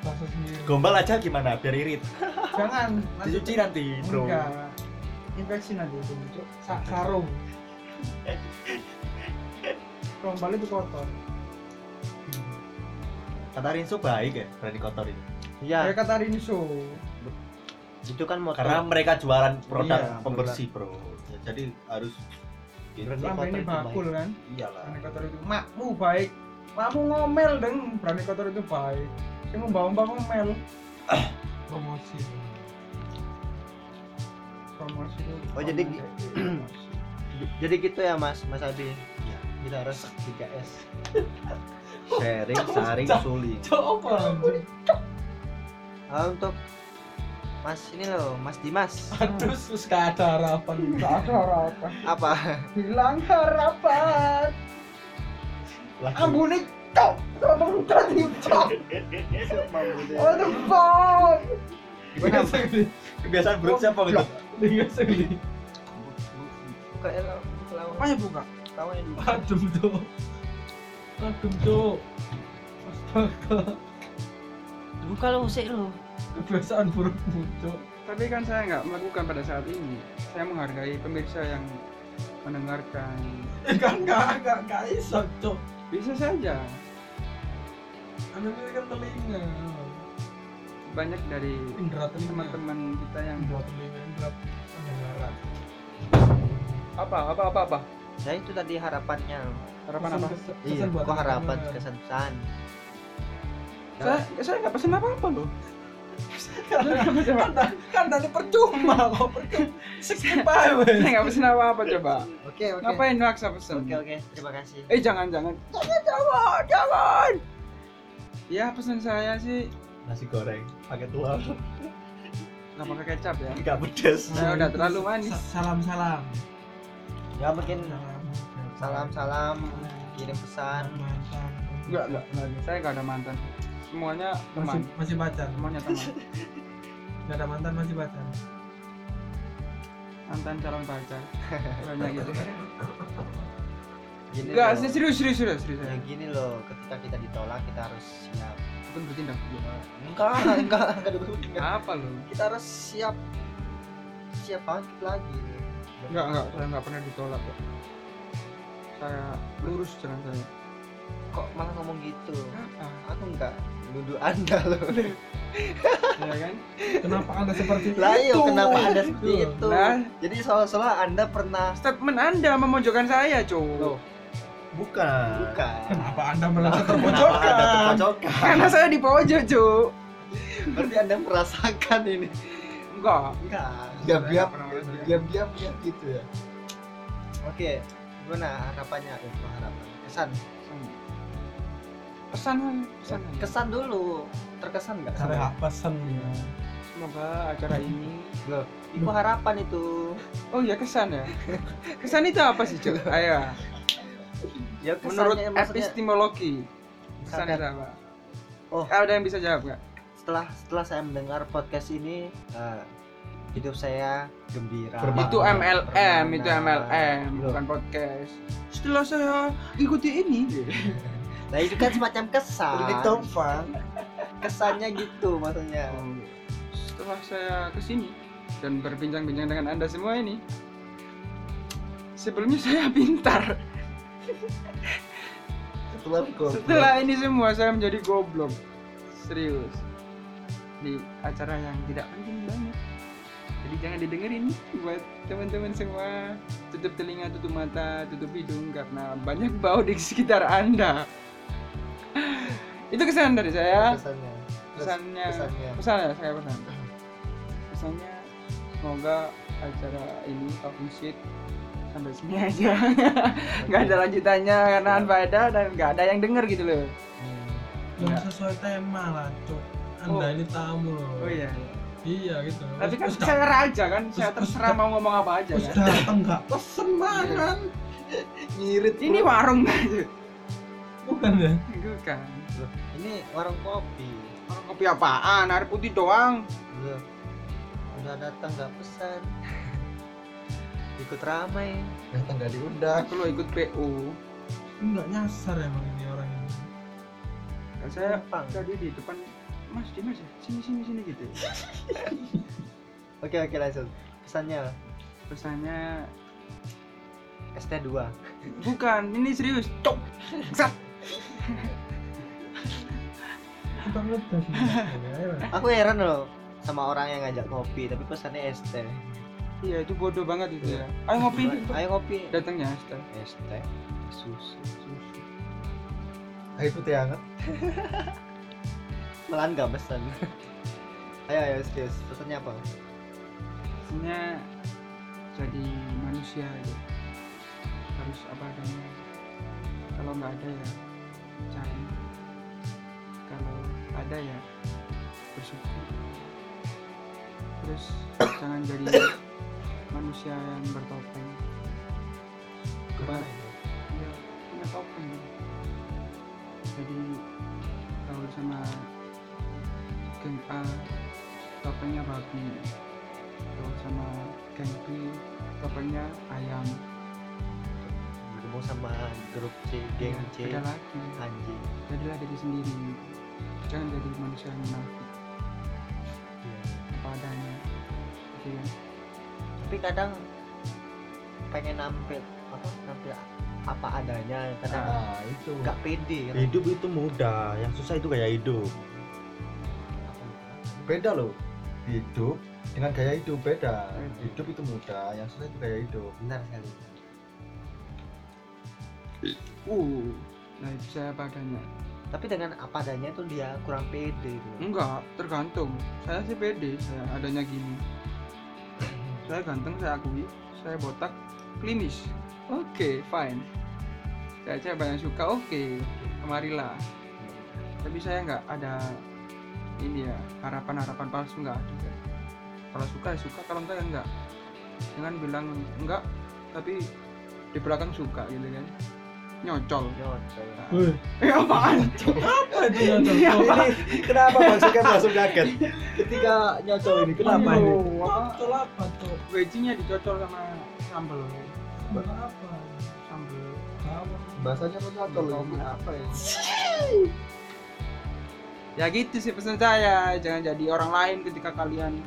Basah sendiri.
Gombal aja gimana biar irit.
Jangan. nanti-
Dicuci nanti, Bro.
Enggak. Infeksi nanti itu Cuk. Sa- sarung. Rombal itu kotor.
Nah.
Kata Rinso baik ya, berani kotorin.
Iya,
Ya kata Rinso.
itu kan motor.
Karena mereka jualan produk
Iya,
pembersih, Bro. Ya, jadi harus
Berani
Selama
kotor
ini
itu
bakul
baik.
kan.
iyalah.
Berani kotor itu makmu baik. Makmu ngomel deng. Berani kotor itu baik. Saya mau bawa ngomel. Promosi. Promosi itu. gitu,
Oh, jadi-
Promosi.
Jadi gitu ya Mas, Mas Abi. Kita harus 3S.
Sharing, saring, suling.
Cok apa anjing?
Ah, untuk Mas ini loh, Mas Dimas.
Aduh, sus gak ada harapan. Gak ada harapan.
Apa?
Hilang harapan. Ambune cok. Ngomong tadi cok. What the fuck?
Gimana?
Kebiasaan buruk siapa gitu?
Dengar sendiri.
Buka ya, Lau. buka
Apa
lawan.
ya buka?
Lawan yang buka.
Adem tuh. Adem tuh. Astaga.
Buka lo usik lo.
Kebiasaan burukmu cok.
Tapi kan saya nggak melakukan pada saat ini. Saya menghargai pemirsa yang mendengarkan.
Eh kan gak, gak, gak iso cok.
Bisa saja.
Anu ini kan telinga.
Banyak dari
Indra telinga.
teman-teman kita yang
Indra telinga. Indra pendengaran.
apa apa apa apa
Ya itu tadi harapannya.
harapan
Pesan
apa?
kes-
Iya,
pesan buat
kok harapan
teman-teman.
kesan-pesan.
Saya saya nggak pesen apa apa loh. coba.
kan tadi percuma kok percuma skip aja
Saya nggak pesen apa apa coba.
Oke, oke.
Ngapain maksa pesen?
Oke, oke. Terima kasih.
Eh jangan jangan. Jangan jangan jangan. Ya pesan saya sih
Nasi goreng pakai tulang,
nggak pakai kecap ya.
enggak pedes.
Saya udah terlalu manis.
salam salam
Ya mungkin salam-salam kirim pesan.
Enggak enggak. Saya nggak ada mantan. Semuanya
masih
teman.
masih pacar
Semuanya teman.
nggak ada mantan masih pacar
Mantan calon pacar. Banyak gitu.
Gini
Enggak
loh.
sih serius serius serius serius.
Hmm. Ya gini loh, ketika kita ditolak kita harus siap.
pun bertindak juga.
enggak enggak enggak dulu enggak.
Apa lo?
kita harus siap siap bangkit lagi
Enggak, enggak, saya enggak pernah ditolak kok. Saya lurus jalan saya.
kok malah ngomong gitu
Apa?
aku enggak nuduh anda loh
Ya kan?
Kenapa anda seperti
lah iya,
itu?
kenapa anda seperti itu
Nah,
jadi seolah-olah anda pernah
statement Anda memojokkan saya,
Loh.
cowok.
bukan
bukan
Kenapa anda merasa
Kenapa ada
terbocorkan?
terpojokan?
Karena saya di pojok, cowok.
berarti anda merasakan ini
Enggak.
enggak
diam-diam
Saya nggak pernah
diam-diam ya gitu ya
oke gimana harapannya ya, harapan kesan
Pesan, pesan. pesan.
kesan dulu terkesan nggak
Cara pesan ya.
Semoga acara ini
itu harapan itu
Oh ya kesan ya. Kesan itu apa sih, Cuk? Ayo.
ya
Menurut
kesannya maksudnya
epistemologi, kesan
Misalkan-
itu apa?
Oh.
ada yang bisa jawab nggak?
setelah setelah saya mendengar podcast ini eh, hidup saya gembira
Bermakna.
Itu MLM, itu
bermakna.
MLM,
Loh,
bukan podcast. Setelah saya ikuti ini,
nah itu kan semacam kesan kesannya gitu maksudnya
setelah saya kesini dan berbincang-bincang dengan anda semua ini, sebelumnya saya pintar.
setelah gua-
Setelah ini semua saya menjadi goblok. Serius. Di acara yang tidak penting banget. Jadi jangan didengerin buat teman-teman semua. Tutup telinga, tutup mata, tutup hidung karena banyak bau di sekitar Anda. Itu kesan dari saya.
kesannya
Kesannya
kesannya
pesan ya, saya pesan. Pesannya semoga acara ini talking shit sampai sini aja. nggak
Iya.
ada lanjutannya karena unfaedah dan nggak ada yang denger gitu loh.
Belum
Iya.
sesuai tema lah, Cuk. Anda
Oh.
ini tamu loh.
Oh iya.
Iya gitu.
Tapi kan
Terus
saya raja kan, saya
terus-
terserah mau ngomong apa aja
Terus
kan.
datang nggak pesen
Iya.
makan
ngirit
Ini warung
Iya.
aja.
bukan ya?
Bukan.
ini warung kopi
Warung kopi apaan? Air putih doang.
Loh, udah datang nggak pesan ikut ramai
datang gak diundang
Aku lo ikut PU.
Nggak nyasar emang ini orang ini.
Nah, Saya
Gampang.
tadi di depan Mas Dimas ya, sini sini sini gitu.
oke oke langsung pesannya
Pesannya
ST2
bukan, ini serius. Cok. Zat.
Kita ngegas nih, ya, ya.
aku heran loh sama orang yang ngajak kopi tapi pesannya ST
Iya, itu bodoh banget itu ya. Ayo ngopi
Iya.
ya, dulu.
ayo ngopi
Datangnya Asta.
ST susu
ayo putih hangat
malahan nggak pesan ayo ayo serius pesannya apa
Pesannya jadi manusia ya. harus apa adanya. Kalau nggak ada ya cari. Kalau ada ya bersyukur. Terus jangan jadi manusia yang bertopeng. Kebar. Iya, punya topeng. Jadi kalau sama geng A topengnya babi. Kalau sama geng B topengnya ayam.
ketemu sama grup C geng
Ya,
C
Beda lagi.
anjing
Jadilah diri sendiri. Jangan jadi manusia yang munafik. Apa adanya. Gitu ya.
tapi kadang pengen nampil apa nampil apa adanya kadang
Ah.
nah itu
nggak pede kan?
Iya.
hidup itu mudah yang susah itu gaya hidup beda loh Hmm. hidup dengan gaya hidup beda hidup itu mudah yang susah itu gaya hidup
benar sekali
Uh, nah itu saya apa adanya.
tapi dengan apa adanya itu dia kurang pede gitu.
Enggak, tergantung. Saya sih pede, saya adanya gini. saya ganteng, saya akui. Saya botak, klinis. Oke, fine. Saya aja banyak suka, oke. Kemarilah. Tapi saya nggak ada ini ya harapan-harapan palsu nggak ada. Kalau suka ya suka, kalau enggak ya enggak. Jangan bilang enggak, tapi di belakang suka gitu kan. Nyocol.
Nyocol.
Wih,
Eh apaan?
apa Eh, itu nyocok?
Iya,
Cuk?
ini kenapa maksudnya langsung kaget ketika nyocol ini kenapa ini
Aduh, apa?
Nyocol apa tuh?
Wedginya dicocol sama sambel.
Apa?
Sambel.
Apa?
ya? bahasanya lo nyocol
Nyocol
ini apa ya
ya gitu sih pesan saya jangan jadi orang lain ketika kalian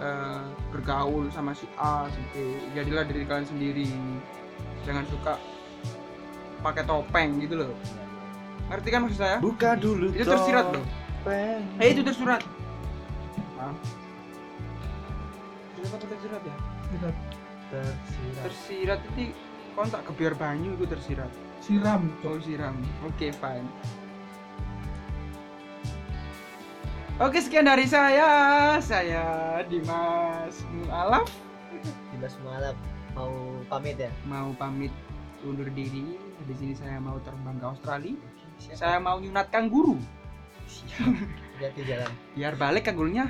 eh, bergaul sama si A si B jadilah diri kalian sendiri jangan suka pakai topeng gitu loh ngerti kan maksud saya
Buka dulu.
itu tersirat loh eh itu tersurat Maaf. Kenapa tuh tersirat ya
Tersirat.
tersirat itu kontak kebiar banyu itu tersirat
siram
Oh siram. Oke fine. Oke sekian dari saya. Saya Dimas Mualaf
Dimas Mualaf mau pamit ya
mau pamit undur diri. Di sini saya mau terbang ke Australia. Saya mau nyunat kangguru.
lihat di jalan
Biar balik kanggurunya,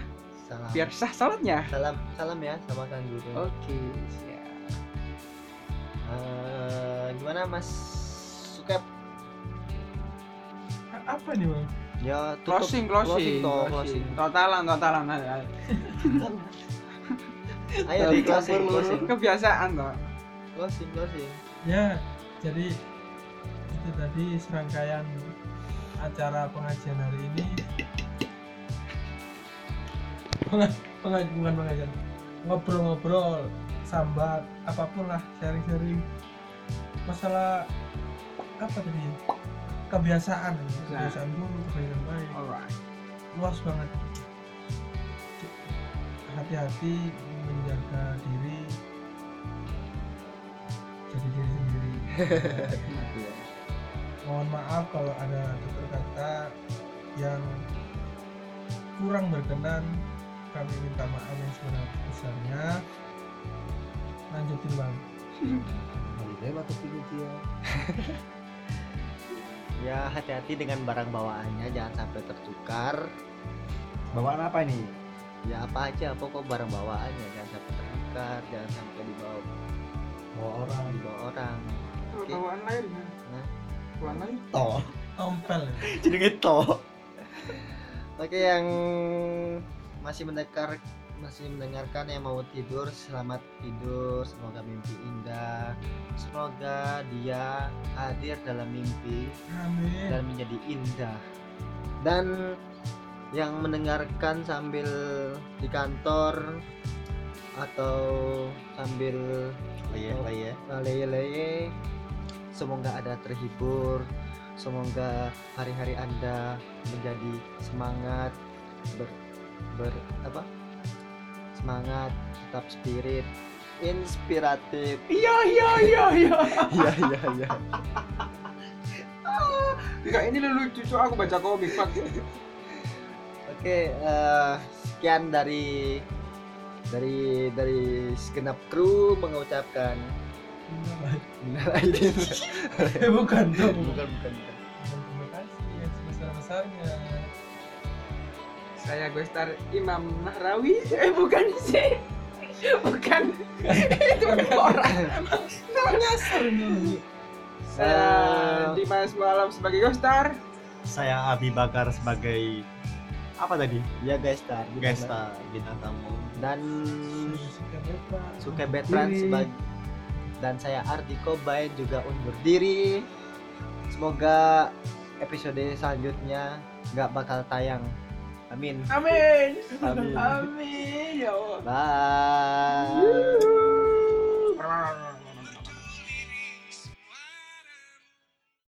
salam
biar sah salatnya.
salam salam ya sama Kang Guru
Oke. siap.
Eh, gimana Mas Sukep
Eh, apa nih bang
ya tutup
Closing, closing,
toh,
closing. Totalan, totalan. ayo, ayo.
ayo di closing
Campur
closing
Kebiasaan kok.
closing closing
ya jadi itu tadi serangkaian acara pengajian hari ini Penga- pengajian bukan pengajian ngobrol-ngobrol sambat apapun lah sharing-sharing masalah apa tadi ya? kebiasaan kebiasaan dulu kebiasaan baik
Alright.
luas banget hati-hati menjaga diri jadi diri sendiri mohon maaf kalau ada tutur kata yang kurang berkenan kami minta maaf yang sebesar-besarnya lanjutin bang
Lewat tapi dia.
ya hati-hati dengan barang bawaannya jangan sampai tertukar
Bawaan apa ini?
ya apa aja pokok barang bawaannya jangan sampai tertukar jangan sampai dibawa
Bawa orang.
dibawa orang Oke.
Bawaan lain.
Nah.
Bawaan lain.
Toh.
tompel ya.
jenenge to oke yang masih mendengar masih mendengarkan yang mau tidur selamat tidur semoga mimpi indah semoga dia hadir dalam mimpi
amin
dan menjadi indah dan yang mendengarkan sambil di kantor atau sambil
Iya, iya.
leye-leye semoga ada terhibur semoga hari-hari anda menjadi semangat ber, ber apa semangat tetap spirit inspiratif
Iya, iya, iya, iya.
Iya, iya, iya.
Enggak Ah, ini lucu, Cok. aku baca komik. Pak.
Oke, eh, sekian dari dari dari segenap kru mengucapkan minal aidin.
eh bukan dong
bukan bukan bukan.
Dan terima kasih yang sebesar-besarnya
Saya Gustar Imam Nahrawi. Eh bukan sih. Bukan. Itu kan orang.
nyasar ini
Eh.
Saya
Eh,
Dimas Malam sebagai Gustar.
Saya Abi Bakar sebagai apa tadi?
Ya guys, tar.
Gesta bintang tamu.
Dan
Suka bebas.
suka Betran
Diri.
sebagai dan saya Artiko Bay juga undur diri. Semoga episode selanjutnya nggak bakal tayang. Amin.
Amin.
Amin.
Amin. Ya Allah.
Bye.